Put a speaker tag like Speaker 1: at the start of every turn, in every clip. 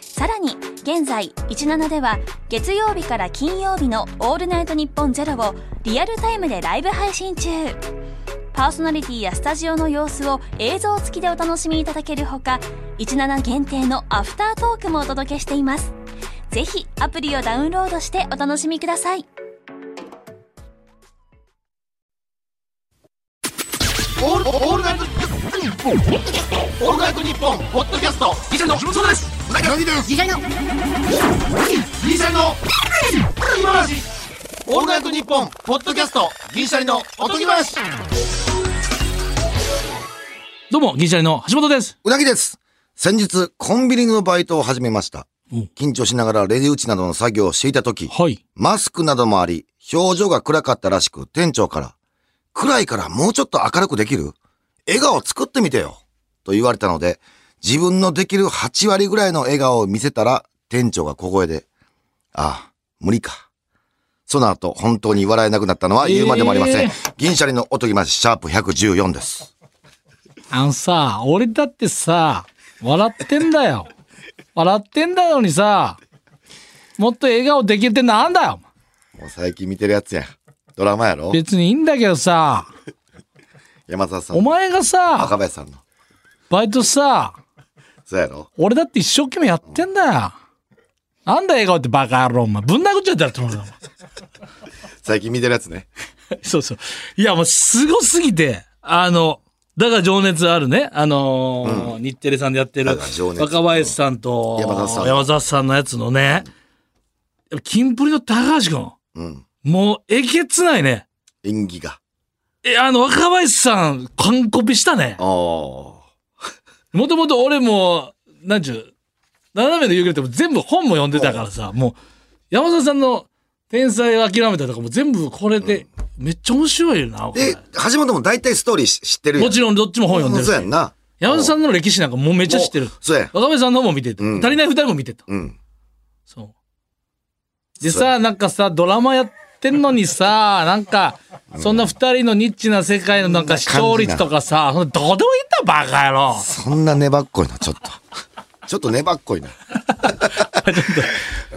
Speaker 1: さらに現在17では月曜日から金曜日の「オールナイトニッポンゼロをリアルタイムでライブ配信中パーソナリティやスタジオの様子を映像付きでお楽しみいただけるほか17限定のアフタートークもお届けしていますぜひアプリをダウンロードしてお楽しみください
Speaker 2: オールオールナイトニッポンポッドキャストオールナイトニッポンポッドキャストギシャリのそうですうなぎですギシャリのギシャリの今話オールナイトニッポンポッドキャストギシャリのおとぎ話
Speaker 3: どうも、ギリシャリの橋本です。
Speaker 4: うなぎです。先日、コンビニのバイトを始めました
Speaker 3: うん。
Speaker 4: 緊張しながらレジ打ちなどの作業をしていたとき、
Speaker 3: はい。
Speaker 4: マスクなどもあり、表情が暗かったらしく、店長から、暗いからもうちょっと明るくできる笑顔作ってみてよと言われたので、自分のできる8割ぐらいの笑顔を見せたら、店長が小声で、ああ、無理か。その後、本当に笑えなくなったのは言うまでもありません。
Speaker 3: えー
Speaker 4: 銀シャリのおとぎまし、シャープ114です。
Speaker 3: あのさ、俺だってさ、笑ってんだよ。 笑ってんだのにさ、もっと笑顔できるってなんだよ。
Speaker 4: もう最近見てるやつや。ドラマやろ
Speaker 3: 別にいいんだけどさ、
Speaker 4: 山沢さん
Speaker 3: お
Speaker 4: の
Speaker 3: 前が
Speaker 4: 赤
Speaker 3: さ、
Speaker 4: 林さんの。
Speaker 3: バイトさ、
Speaker 4: そうやろ
Speaker 3: 俺だって一生懸命やってんだよ。なんだ笑顔ってバカ野郎、お前。ぶん殴っちゃったらと思うよ。
Speaker 4: 最近見てるやつね。
Speaker 3: そうそう。いや、もうすごすぎて、あの、だが情熱あるね、あのー日テレさんでやってる
Speaker 4: だが情熱
Speaker 3: 若林さんと
Speaker 4: 山田さん
Speaker 3: 山田さんのやつのね、キンプリの高橋
Speaker 4: うん。
Speaker 3: 君、もうえげつないね。
Speaker 4: 演技が。
Speaker 3: え、あの、若林さん、完コピしたね。
Speaker 4: ああ。
Speaker 3: もともと俺も、なんちゅう、斜めの言うけど全部本も読んでたからさ、もう、山田さんの天才を諦めたとかも全部これで、めっちゃ面白いよな、これ
Speaker 4: で、橋本も大体ストーリーし知ってるや
Speaker 3: もちろんどっちも本読んでるし
Speaker 4: そうやんな。
Speaker 3: 山田さんの歴史なんかもうめっちゃ知ってる
Speaker 4: も。うそうや。
Speaker 3: 若林さんの方も見てた。
Speaker 4: うん
Speaker 3: 足りない二人も見てた。
Speaker 4: うん。
Speaker 3: そう。で
Speaker 4: そう
Speaker 3: さ、なんかさ、ドラマやってんの にさ、なんか、そんな二人のニッチな世界のなんか視聴率とかさ、そんなどうでもいいんだバカ野郎。
Speaker 4: そんな粘っこいな、ちょっと。 ちょっと粘っこいな。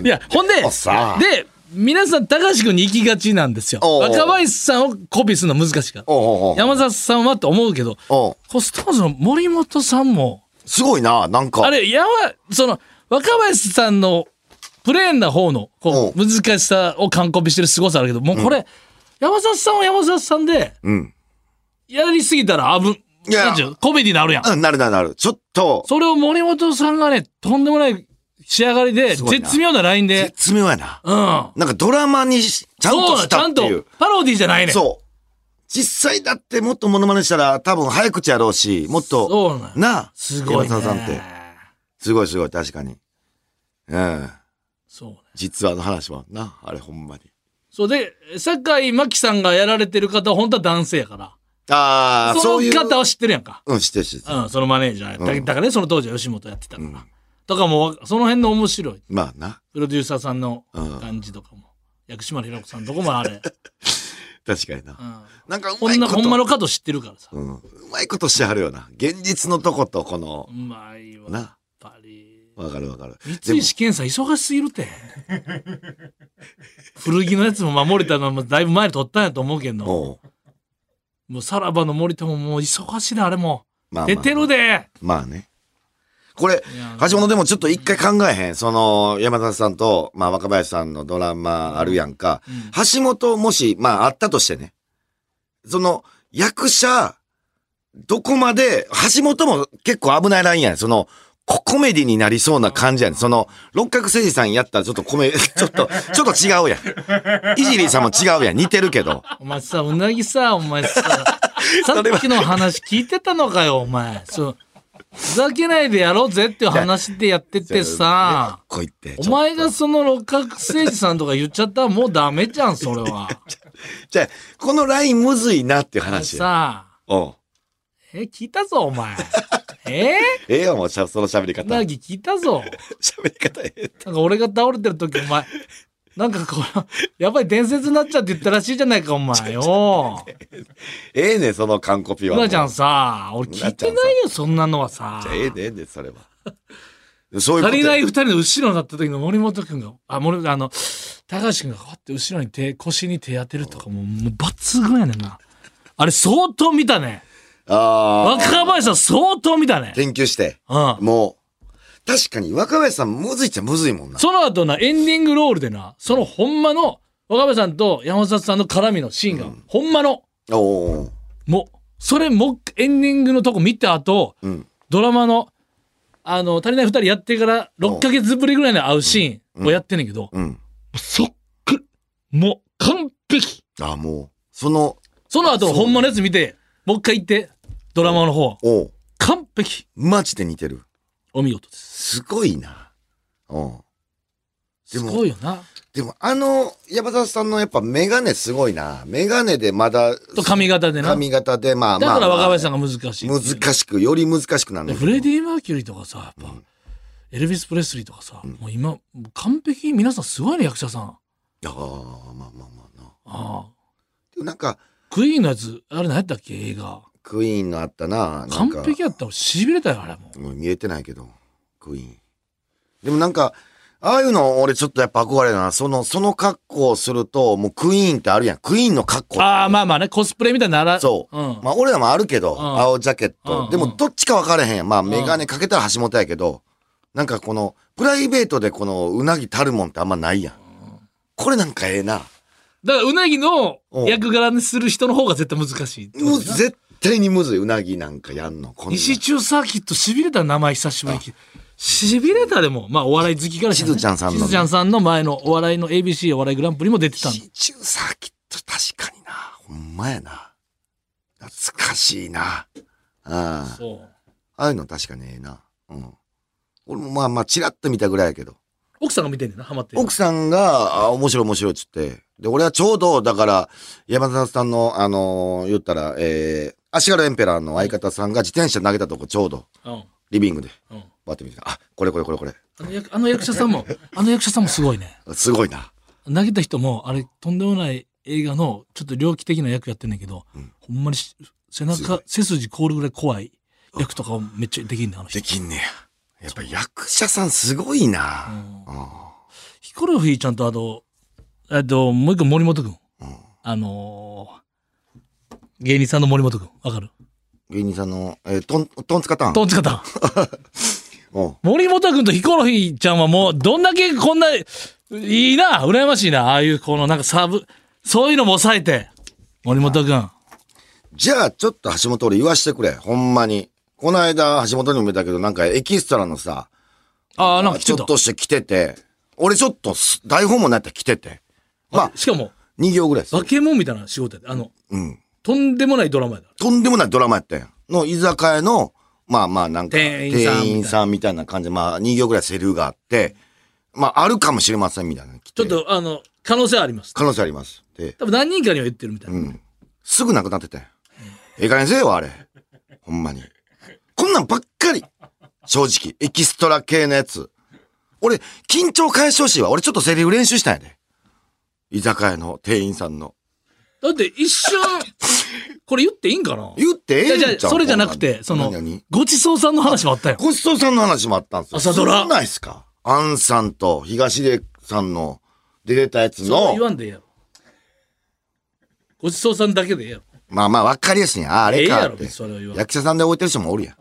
Speaker 3: いや、ほんで、
Speaker 4: もうさ
Speaker 3: で、皆さん、高橋君に行きがちなんですよ。
Speaker 4: おうおう
Speaker 3: 若林さんをコピーするのは難しいから。
Speaker 4: おうおうおう
Speaker 3: 山里さんはって思うけど、
Speaker 4: おう
Speaker 3: こうストーンズの森本さんも、
Speaker 4: すごいな、なんか。
Speaker 3: あれ、やばい、その、若林さんのプレーンな方の、こう、難しさを完コピしてる凄さあるけど、もうこれ、山里さんは山里さんで、
Speaker 4: うん。
Speaker 3: やりすぎたら危ん、
Speaker 4: いや
Speaker 3: なんちゅうコメディになるやん。
Speaker 4: うんなるなるなる。ちょっと、
Speaker 3: それを森本さんがね、とんでもない仕上がりで、
Speaker 4: すごいな
Speaker 3: 絶妙なラインで、
Speaker 4: 絶妙やな。
Speaker 3: うん。
Speaker 4: なんかドラマにしちゃんと
Speaker 3: そう
Speaker 4: したって
Speaker 3: ち
Speaker 4: い
Speaker 3: ゃん
Speaker 4: う
Speaker 3: と。パロディじゃないねん
Speaker 4: そう。実際だってもっとモノマネしたら多分早口やろうし、もっと、
Speaker 3: そうなん
Speaker 4: なあ、
Speaker 3: すごい、ね。
Speaker 4: 山沢さんって。すごいすごい、確かに。うん。
Speaker 3: そうね。
Speaker 4: 実話の話はな、あれほんまに。
Speaker 3: そうで、酒井真紀さんがやられてる方は本当は男性やから。
Speaker 4: ああ、
Speaker 3: そ
Speaker 4: そうい
Speaker 3: の
Speaker 4: う。
Speaker 3: 方は知ってるやんか。
Speaker 4: うん、知ってる知ってる
Speaker 3: うん、そのマネージャーやった。
Speaker 4: うん
Speaker 3: だからね、その当時は吉本やってたから。
Speaker 4: うん
Speaker 3: とかもわ、その辺の面白い。
Speaker 4: まあな、
Speaker 3: プロデューサーさんの
Speaker 4: うん
Speaker 3: 感じとかも。薬師丸ひろ子さんどこも あれ。
Speaker 4: 確かにな
Speaker 3: う。ん。
Speaker 4: なんかうま
Speaker 3: こん
Speaker 4: いこ
Speaker 3: な、
Speaker 4: と。
Speaker 3: ほんまの角知ってるからさ。
Speaker 4: うん、うまいことしてはるよな。現実のとこと、この
Speaker 3: う、まいわ。やっ
Speaker 4: な。
Speaker 3: ぱり。
Speaker 4: わかるわかる。
Speaker 3: 三石健さん忙しすぎるって。 古着のやつも守れたのもだいぶ前に撮ったんやと思うけど。
Speaker 4: でも、おう
Speaker 3: もうさらばの森田ももう忙しいな、あれも。
Speaker 4: まあ、ま
Speaker 3: 出
Speaker 4: あ、
Speaker 3: てるで。
Speaker 4: まあね。これ
Speaker 3: いや、
Speaker 4: 橋本でもちょっと一回考えへん。その、山田さんと、まあ若林さんのドラマあるやんか。
Speaker 3: うん
Speaker 4: 橋本もし、まああったとしてね。その、役者、どこまで、橋本も結構危ないラインやねん。その、ココメディになりそうな感じやねん。その、六角誠治さんやったらちょっとコメ、 ちょっと、ちょっと違うやん。いじりさんも違うやん。似てるけど。
Speaker 3: お前さ、うなぎさ、お前さ、さっきの話聞いてたのかよ、お前。そう。ふざけないでやろうぜっていう話でやっててさ、
Speaker 4: こいって。
Speaker 3: お前がその六角誠治さんとか言っちゃったらもうダメじゃん、それは。
Speaker 4: じゃあこのラインむずいなっていう話や。
Speaker 3: さあ、
Speaker 4: うん。
Speaker 3: え、聞いたぞ、お前。え
Speaker 4: ええよ、もうしゃ、その喋り
Speaker 3: ー、
Speaker 4: 方。
Speaker 3: な
Speaker 4: 喋
Speaker 3: ぎ聞いたぞ。
Speaker 4: り方ええって。
Speaker 3: なんか俺が倒れてる時、お前、なんかこの、やばい伝説になっちゃうって言ったらしいじゃないか、お前よ。
Speaker 4: ええねんその完コピは。
Speaker 3: うなちゃんさ、俺聞いてないよ、そんなのはさ
Speaker 4: じゃ。あええねんええねんそれは。そういうこと
Speaker 3: 足りない
Speaker 4: よ
Speaker 3: 二人の後ろになった時の森本君が、あ、森本、あの、高橋君がこうやって後ろに手、腰に手当てるとかも、もう抜群やねんな。あれ相当見たね。
Speaker 4: ああ。
Speaker 3: 若林さん相当見たね。
Speaker 4: 研究して。
Speaker 3: うん。
Speaker 4: もう、確かに若林さんむずいっちゃむずいもんな。
Speaker 3: その後な、エンディングロールでな、そのほんまの、若林さんと山里さんの絡みのシーンが、ほんまの、
Speaker 4: おおー。
Speaker 3: もう、それも、エンディングのとこ見た後、
Speaker 4: うん。
Speaker 3: ドラマの、あの、足りない二人やってから、6ヶ月ぶりぐらいに会うシーンをやってんねんけど、
Speaker 4: うん。
Speaker 3: そっく、もう、完璧
Speaker 4: ああ、もう、その、
Speaker 3: その後の本物のやつ見て、もう一回行って、ドラマの方、
Speaker 4: おう
Speaker 3: 完璧
Speaker 4: マジで似てる。
Speaker 3: お見事です。
Speaker 4: すごいな。うん。
Speaker 3: す
Speaker 4: でも
Speaker 3: ごいよな。
Speaker 4: でも、あの、山田さんのやっぱメガネすごいな。メガネでまだ、
Speaker 3: と髪型でな。
Speaker 4: 髪型で、まあ
Speaker 3: だ
Speaker 4: まあ。
Speaker 3: から若林さん
Speaker 4: ん
Speaker 3: が難しい。
Speaker 4: 難しく、より難しくなる
Speaker 3: で
Speaker 4: んだけ
Speaker 3: フ
Speaker 4: ど
Speaker 3: レディ・マーキュリーとかさ、やっぱ、エルヴィス・プレスリーとかさ、もう今、もう完璧、皆さんすごいね、役者さん。あ
Speaker 4: ああ、まあまあまあな。
Speaker 3: あ。
Speaker 4: でもなんか、
Speaker 3: クイーンのやつ、あれ何やったっけ、映画。
Speaker 4: クイーンのあったな。なん
Speaker 3: 完
Speaker 4: か
Speaker 3: 璧やったら、しびれたよ、あれも。
Speaker 4: もう見えてないけど、クイーン。でもなんか、ああいうの俺ちょっとやっぱ憧れるな。その、その格好をすると、もうクイーンってあるやん。クイーンの格好。
Speaker 3: ああ、まあまあね、コスプレみたいになら、
Speaker 4: そう。
Speaker 3: うん。
Speaker 4: まあ俺らもあるけど、
Speaker 3: ん
Speaker 4: 青ジャケッ
Speaker 3: う
Speaker 4: ト。
Speaker 3: ん
Speaker 4: でもどっちか分からへんやん。まあ
Speaker 3: ん
Speaker 4: メガネかけたら橋本やけど、なんかこの、プライベートでこのうなぎたるもんってあんまないやん。これなんかええな。
Speaker 3: だから、うなぎの
Speaker 4: うん
Speaker 3: 役柄にする人の方が絶対難しいってこと
Speaker 4: も
Speaker 3: やな。
Speaker 4: う絶対にむずい。うなぎなんかやんの。こんなん
Speaker 3: 西中サーキットしびれた名前久しぶりに聞いたしびれたでもまあお笑い好きからしたらね
Speaker 4: しずちゃんさんの
Speaker 3: しずちゃんさんの前のお笑いの ABC お笑いグランプリも出てたん
Speaker 4: シチューサーキット確かにな。ほんまやな。懐かしいな。ああ。
Speaker 3: そう
Speaker 4: ああいうの確かにええな。うん。俺もまあまあ、チラッと見たぐらいやけど。
Speaker 3: 奥さんが見てんねんなハマってる
Speaker 4: 奥さんが、あ面白い面白いっつって。で、俺はちょうど、だから、山田さんの、あのー言ったら、えー、足軽エンペラーの相方さんが自転車投げたとこちょうど、
Speaker 3: うん
Speaker 4: リビングで、
Speaker 3: うん
Speaker 4: バッて見て、あ、これこれこれこれ。
Speaker 3: あの役あの役者さんもあの役者さんもすごいね
Speaker 4: すごいな。
Speaker 3: 投げた人もあれとんでもない映画のちょっと猟奇的な役やってんねんけど、ほんまにし背中背筋凍るぐらい怖い役とかをめっちゃできんねんあの人
Speaker 4: できんねや。やっぱ役者さんすごいな。
Speaker 3: ヒコロヒーちゃんとあと、あと、もう一個森本くん。
Speaker 4: ん
Speaker 3: あのー芸人さんの森本くん。わかる
Speaker 4: 芸人さんの、えー、トン、トンツカタン。
Speaker 3: トンツカタン。
Speaker 4: うん。
Speaker 3: 森本くんとヒコロヒーちゃんはもう、どんだけこんな、いいな、羨ましいな。ああいう、このなんかサーブ、そういうのも抑えて。森本くん。
Speaker 4: じゃあ、ちょっと橋本俺言わしてくれ。ほんまに。この間、橋本にも見たけど、なんかエキストラのさ、
Speaker 3: ああ、なんか来
Speaker 4: ち
Speaker 3: て
Speaker 4: ょ
Speaker 3: た
Speaker 4: っ。として来てて、俺ちょっとす台本もなったら来てて。まあ、
Speaker 3: しかも、
Speaker 4: 2行ぐらいです。
Speaker 3: 化け物みたいな仕事やで。あの、
Speaker 4: うん。
Speaker 3: とんでもないドラマやで。
Speaker 4: とんでもないドラマやったやん。の居酒屋の、まあまあなんか、
Speaker 3: 店員さんみ
Speaker 4: 店員さんみた
Speaker 3: たいな
Speaker 4: いな感じで、まあ2行ぐらいセリフがあって、まああるかもしれませんみたいなの来
Speaker 3: ちょ
Speaker 4: て。
Speaker 3: っと、あの、可能性はあります。
Speaker 4: 可能性あります。で、
Speaker 3: 多分何人かには言ってるみたいな。
Speaker 4: すぐなくなってたよ。ええ加減せえよ、あれ。ほんまに。こんなんばっかり。正直。エキストラ系のやつ。俺、緊張解消しいわ。俺ちょっとセリフ練習したんやで。居酒屋の店員さんの。
Speaker 3: だって一瞬、これ言っていいんかな
Speaker 4: 言ってええん
Speaker 3: い
Speaker 4: ち
Speaker 3: や
Speaker 4: ゃう
Speaker 3: じゃあそれじゃなくて、そ
Speaker 4: こんな
Speaker 3: の
Speaker 4: ん何何、
Speaker 3: ごちそうさんの話もあったよ。
Speaker 4: ごちそうさんの話もあったんですよ。
Speaker 3: 朝ド
Speaker 4: す
Speaker 3: ラ
Speaker 4: ごないっすかアンさんと東出さんの出てたやつ
Speaker 3: そう言
Speaker 4: の、
Speaker 3: わんでええやろ。ごちそうさんだけでええやろ。
Speaker 4: まあまあわかりやすいんや。ああ
Speaker 3: ええ
Speaker 4: れ
Speaker 3: や
Speaker 4: か
Speaker 3: ろ、
Speaker 4: って。
Speaker 3: 別にそれを言わん。
Speaker 4: 役者さんで置いてる人もおるや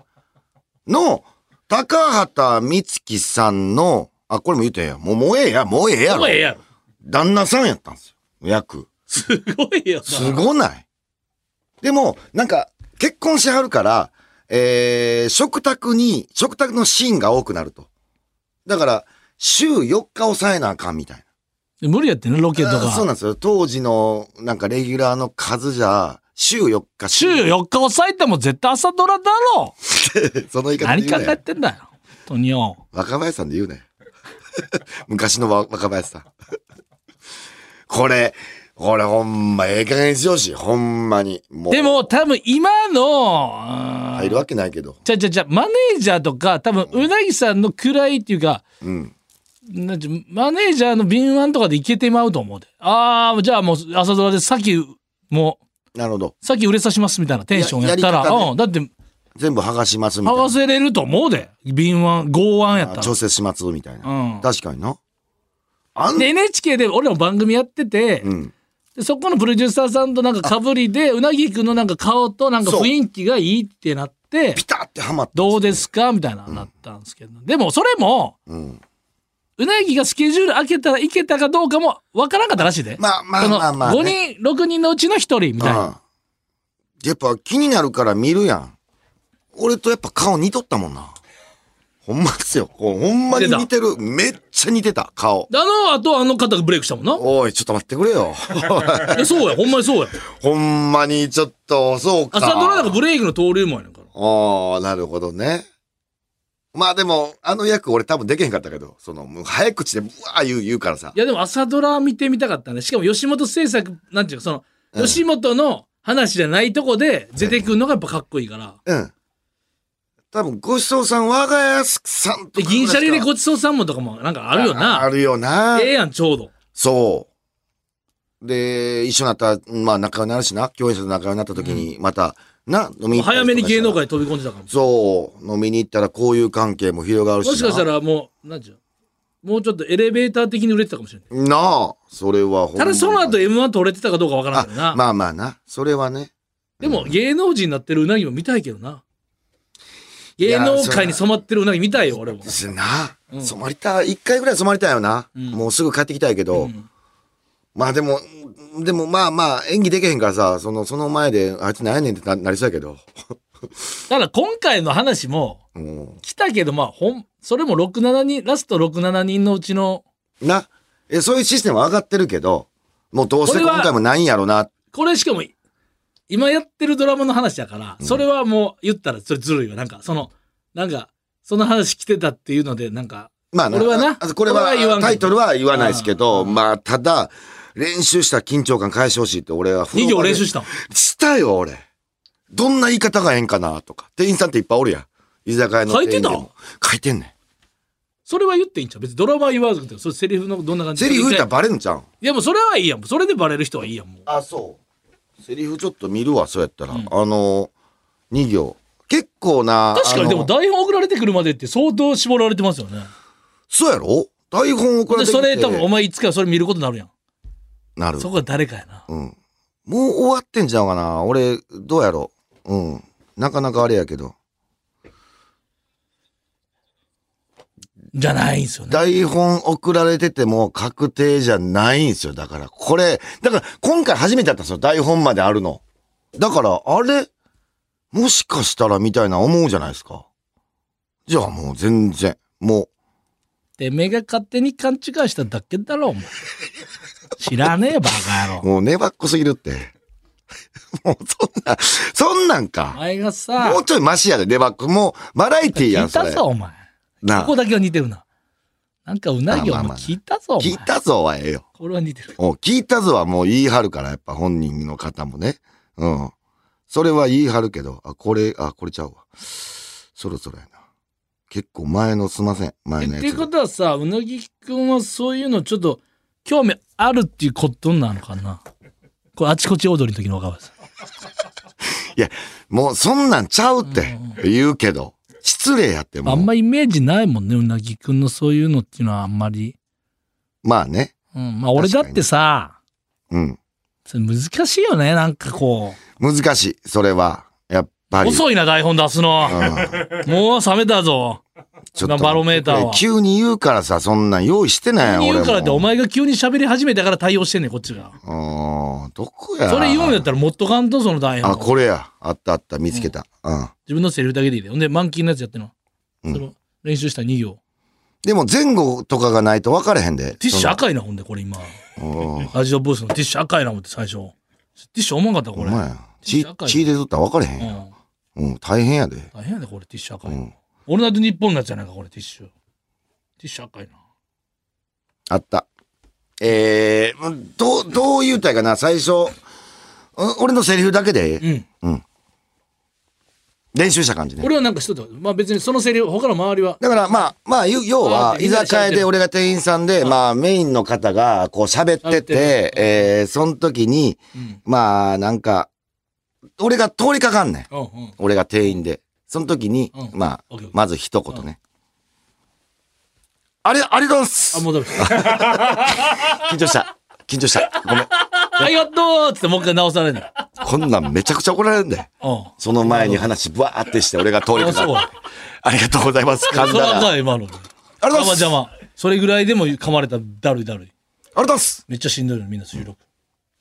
Speaker 4: ん。の、高畑充希さんの、あ、これも言うてええやん。もう、もうええや、もうええや
Speaker 3: お
Speaker 4: ろ
Speaker 3: 前。ええやろ。
Speaker 4: 旦那さんやったんですよ。役。
Speaker 3: すごいよ
Speaker 4: す
Speaker 3: い。
Speaker 4: ごない。でも、なんか、結婚しはるから、えー、食卓に、食卓のシーンが多くなると。だから、週4日抑えなあかんみたいな。
Speaker 3: 無理やってね、ロケと
Speaker 4: あーそう
Speaker 3: か。
Speaker 4: なんですよ。当時の、なんかレギュラーの数じゃ、週4日。
Speaker 3: 週4日抑えても絶対朝ドラだろ
Speaker 4: その言い方で
Speaker 3: 何
Speaker 4: 言
Speaker 3: 考
Speaker 4: う
Speaker 3: え
Speaker 4: ね。
Speaker 3: てんだよ。本当によ。
Speaker 4: 若林さんで言うね。 昔のわ若林さん。これ、これほんま、ええ加減にしようし、ほんまに。もう
Speaker 3: で、も多分今の、う
Speaker 4: 入
Speaker 3: ん
Speaker 4: るわけないけど。
Speaker 3: じゃあじゃあじゃあマネージャーとか多分うなぎさんの位っていうか、
Speaker 4: うん。
Speaker 3: なんちゅマネージャーの敏腕とかでいけてまうと思うで。ああ、じゃあもう朝ドラでさっき、も
Speaker 4: なるほど。
Speaker 3: う、さっき売れさしますみたいなテンションやった
Speaker 4: やや
Speaker 3: ら、
Speaker 4: り方ね
Speaker 3: うん、だって、
Speaker 4: 全部剥がしますみた
Speaker 3: 剥
Speaker 4: いな
Speaker 3: が。せれると思うで。敏腕、剛腕やった
Speaker 4: あ
Speaker 3: ら。
Speaker 4: 調整しますみたいな。
Speaker 3: うん
Speaker 4: 確かにな。あん
Speaker 3: で NHK で俺らも番組やってて、
Speaker 4: うん。
Speaker 3: でそこのプロデューサーさんとなんかかぶりでうなぎくんのなんか顔となんか
Speaker 4: そう
Speaker 3: 雰囲気がいいってなって
Speaker 4: ピタってはまった。
Speaker 3: どうですかみたいなのなったんですけど、でもそれも
Speaker 4: うん。
Speaker 3: うなぎがスケジュール開けたらいけたかどうかもわからんかったらしいで、
Speaker 4: まあまあまあまあ、
Speaker 3: この
Speaker 4: ね。
Speaker 3: 5人6人のうちの1人みたいな、
Speaker 4: うん。やっぱ気になるから見るやん。俺とやっぱ顔似とったもんな。ほんまっすよ。こうほんまに似てる。めっちゃ似てた、顔。
Speaker 3: あのあとあの方がブレイクしたもんな
Speaker 4: おい、ちょっと待ってくれよ。
Speaker 3: えそうやほんま にそうや
Speaker 4: ほんまにちょっと、そうか。
Speaker 3: 朝ドラなんかブレイクの登竜門やねんから
Speaker 4: ああ、なるほどね。まあでも、あの役俺多分できへんかったけど、その、もう早口でブワー言う言うからさ
Speaker 3: い。やでも朝ドラ見てみたかったねしかも吉本制作なんていうかその、
Speaker 4: うん
Speaker 3: 吉本の話じゃないとこで出てくるのがやっぱかっこいいから、
Speaker 4: うん。多分、ごちそうさん、我が家さんと
Speaker 3: で
Speaker 4: か。
Speaker 3: 銀シャリでごちそうさんもんとかもなんかあるよ
Speaker 4: ああ
Speaker 3: な
Speaker 4: るよな。
Speaker 3: ええやんちょうど
Speaker 4: そう。で、一緒になったら、まあ仲良くなるしな、共演者と仲良くなった時に、また、な、飲みに行ったりとかしたら
Speaker 3: 早めに芸能。界に飛び込んでたかも
Speaker 4: そう、飲みに行ったらこういう関係も広がるしな。
Speaker 3: もしかしたらもうなんちゅうもうちょっとエレベーター的に売れてたかもしれない
Speaker 4: なあ、それはほんま
Speaker 3: た
Speaker 4: に
Speaker 3: だその後 m 1取れてたかどうかわからんけどな、
Speaker 4: あ、まあまあな、それはね。
Speaker 3: でも芸能人になってるうなぎも見たいけどな芸能界に染まってるうなぎ見たいよ俺も
Speaker 4: ですな、染まりたい、一回ぐらい染まりたいよな。もうすぐ帰ってきたいけど、まあでも、でもまあまあ、演技できへんからさ、その、その前で、あいつ何やねんってななりそうやけど。
Speaker 3: だから今回の話も
Speaker 4: も
Speaker 3: 来たけどまあほんそれも67人ラスト67人のうちの
Speaker 4: うな、え、そういうシステムは上がってるけど、もうどうせ
Speaker 3: これは
Speaker 4: 今回もないんやろな。
Speaker 3: これしかも今やってるドラマの話だから、それはもう言ったらそれずるいわなんかそのなんかその話来てたっていうのでなんか
Speaker 4: まあ
Speaker 3: これはな
Speaker 4: あこれ
Speaker 3: これは言
Speaker 4: は、
Speaker 3: わんけど
Speaker 4: タイトルは言わないですけど、まあただ、練習した緊張感返してほしいって俺は風
Speaker 3: 2
Speaker 4: 呂
Speaker 3: 行
Speaker 4: 場で
Speaker 3: 練習したの
Speaker 4: したよ、俺。どんな言い方がええんかな、とか。店員さんっていっぱいおるやん。居酒屋の店員でも書いてんね
Speaker 3: それは言っていいんちゃう別にドラマは言わずくてもそれセリフのどんな感
Speaker 4: ん。
Speaker 3: じ
Speaker 4: セリフ言っ
Speaker 3: い
Speaker 4: たらバレんのちゃうん
Speaker 3: やもうそれはいいやんそれでバレる人はいいやんもう
Speaker 4: あ、そう。セリフちょっと見るわ、そうやったら。あの、2行。結構な。
Speaker 3: 確か
Speaker 4: あ
Speaker 3: に
Speaker 4: の
Speaker 3: でも台本送られてくるまでって相当絞られてますよね
Speaker 4: そうやろ台本送ら
Speaker 3: で
Speaker 4: れてき
Speaker 3: そ
Speaker 4: て
Speaker 3: れ多分お前いつかそれ見ることになるやん
Speaker 4: なる。
Speaker 3: そこは誰かやな
Speaker 4: うん。もう終わってんじゃうかな。俺、どうやろう。うん。なかなかあれやけど。
Speaker 3: じゃないんすよね
Speaker 4: 台本送られてても確定じゃないんですよ。だから、これ、だから今回初めてだったんですよ。台本まであるの。だから、あれもしかしたらみたいな思うじゃないですか。じゃあもう全然、もう、
Speaker 3: てめえが勝手に勘違いしただけだろお前知らねえバカ野郎
Speaker 4: もう粘っこすぎるって。 もうそんな、そんなん
Speaker 3: お
Speaker 4: か。
Speaker 3: 前がさ
Speaker 4: もうちょいマシやで、粘っこ。もう、バラエティや
Speaker 3: 聞
Speaker 4: ん、
Speaker 3: い
Speaker 4: そ
Speaker 3: た
Speaker 4: れ。
Speaker 3: ぞお前
Speaker 4: な
Speaker 3: ここだけは似てるななんかうなぎお
Speaker 4: まあまあ
Speaker 3: 前
Speaker 4: まあ
Speaker 3: 聞いたぞお前
Speaker 4: 聞いたぞはええよ。
Speaker 3: これは似てる
Speaker 4: お聞いたぞはもう言い張るから、やっぱ本人の方もね。うん。それは言い張るけど、あ、これ、あ、これちゃうわ。そろそろやな。結構前の、すいません。前の
Speaker 3: っ
Speaker 4: や
Speaker 3: ていうこ
Speaker 4: つ。
Speaker 3: とはさうなぎくんはそういうのちょっと興味あるっていうことなのかなこれあちこち踊りの時の若林さん
Speaker 4: いや、もうそんなんちゃうって言うけど、失礼やっても
Speaker 3: あ
Speaker 4: う。
Speaker 3: んまイメージないもんねうなぎくんのそういうのっていうのはあんまり、
Speaker 4: まあね。
Speaker 3: うん、まあ俺だってさ
Speaker 4: うん。
Speaker 3: それ難しいよねなんかこ
Speaker 4: 難しい。それは、やっぱ
Speaker 3: う
Speaker 4: り。
Speaker 3: 遅いな台本出すの
Speaker 4: うん
Speaker 3: もう冷めたぞ
Speaker 4: ちょっ
Speaker 3: な
Speaker 4: と。
Speaker 3: バロメーターは
Speaker 4: 急に言うからさ、そんなん用意してないよ、俺も。
Speaker 3: 言うからってお前が急に喋り始めたから対応してんねんこっちが
Speaker 4: うん、どこや。
Speaker 3: それ言うんやったらもっとかんとその台
Speaker 4: あ、
Speaker 3: 本
Speaker 4: これや。あったあった、見つけた。うん。
Speaker 3: 自分のセリフだけでいいでほんで満勤のやつやってんの,、
Speaker 4: うん
Speaker 3: その練習した2行
Speaker 4: でも前後とかがないと分かれへんで。
Speaker 3: ティッシュ赤いなほんでこれ今
Speaker 4: そのうん
Speaker 3: ラジオブースのティッシュ赤いな思って最初ティッシュ重かった
Speaker 4: ほ
Speaker 3: こ
Speaker 4: ん
Speaker 3: れ
Speaker 4: まや。血
Speaker 3: 赤い
Speaker 4: 血でずったら分かれへん
Speaker 3: う
Speaker 4: やん。
Speaker 3: ん
Speaker 4: うん、大変やで。
Speaker 3: 大変やねこれティッシュ赤
Speaker 4: う
Speaker 3: い、
Speaker 4: ん。
Speaker 3: オールナイトニッポンのやつじゃないかこれティッシュティッシュ赤いな
Speaker 4: あった。えー、うんどう、どう言うたいかな、最初。うん俺のセリフだけで
Speaker 3: うん
Speaker 4: 練習した感じね。
Speaker 3: 俺はなんかしとったまあ別にそのセリフ他の周りは
Speaker 4: だからまあ、まあ、ゆ要
Speaker 3: あ
Speaker 4: は、
Speaker 3: ー
Speaker 4: 居酒屋で俺が店員さんで、まあ、メインの方が、こう喋って
Speaker 3: 喋って
Speaker 4: て、えー、その時に、
Speaker 3: うん
Speaker 4: まあ、なんか、俺が通りかかんねん。
Speaker 3: うんうん
Speaker 4: 俺が店員で。その時に
Speaker 3: うん、
Speaker 4: ま
Speaker 3: オ
Speaker 4: あ
Speaker 3: ッケーオッケー、
Speaker 4: まず一言ね。あれ、ありがとうございま
Speaker 3: あ
Speaker 4: す
Speaker 3: もうダメですあ
Speaker 4: 緊張した。緊張した。ごめん。
Speaker 3: りがとうっつってもう一回直されんねん
Speaker 4: こんなんめちゃくちゃ怒られるんだよ。
Speaker 3: うん
Speaker 4: その前に話ぶわーってして、俺が通りかか
Speaker 3: あ
Speaker 4: っ
Speaker 3: そう
Speaker 4: て。ありがとうございます。噛ん
Speaker 3: それ
Speaker 4: だら。
Speaker 3: は
Speaker 4: ありがと
Speaker 3: かい今の
Speaker 4: うございます。
Speaker 3: 邪魔邪魔それぐらいでも噛まれたらだるいだる
Speaker 4: ありがと
Speaker 3: い
Speaker 4: うございます。
Speaker 3: めっちゃしんどいのみんな収録、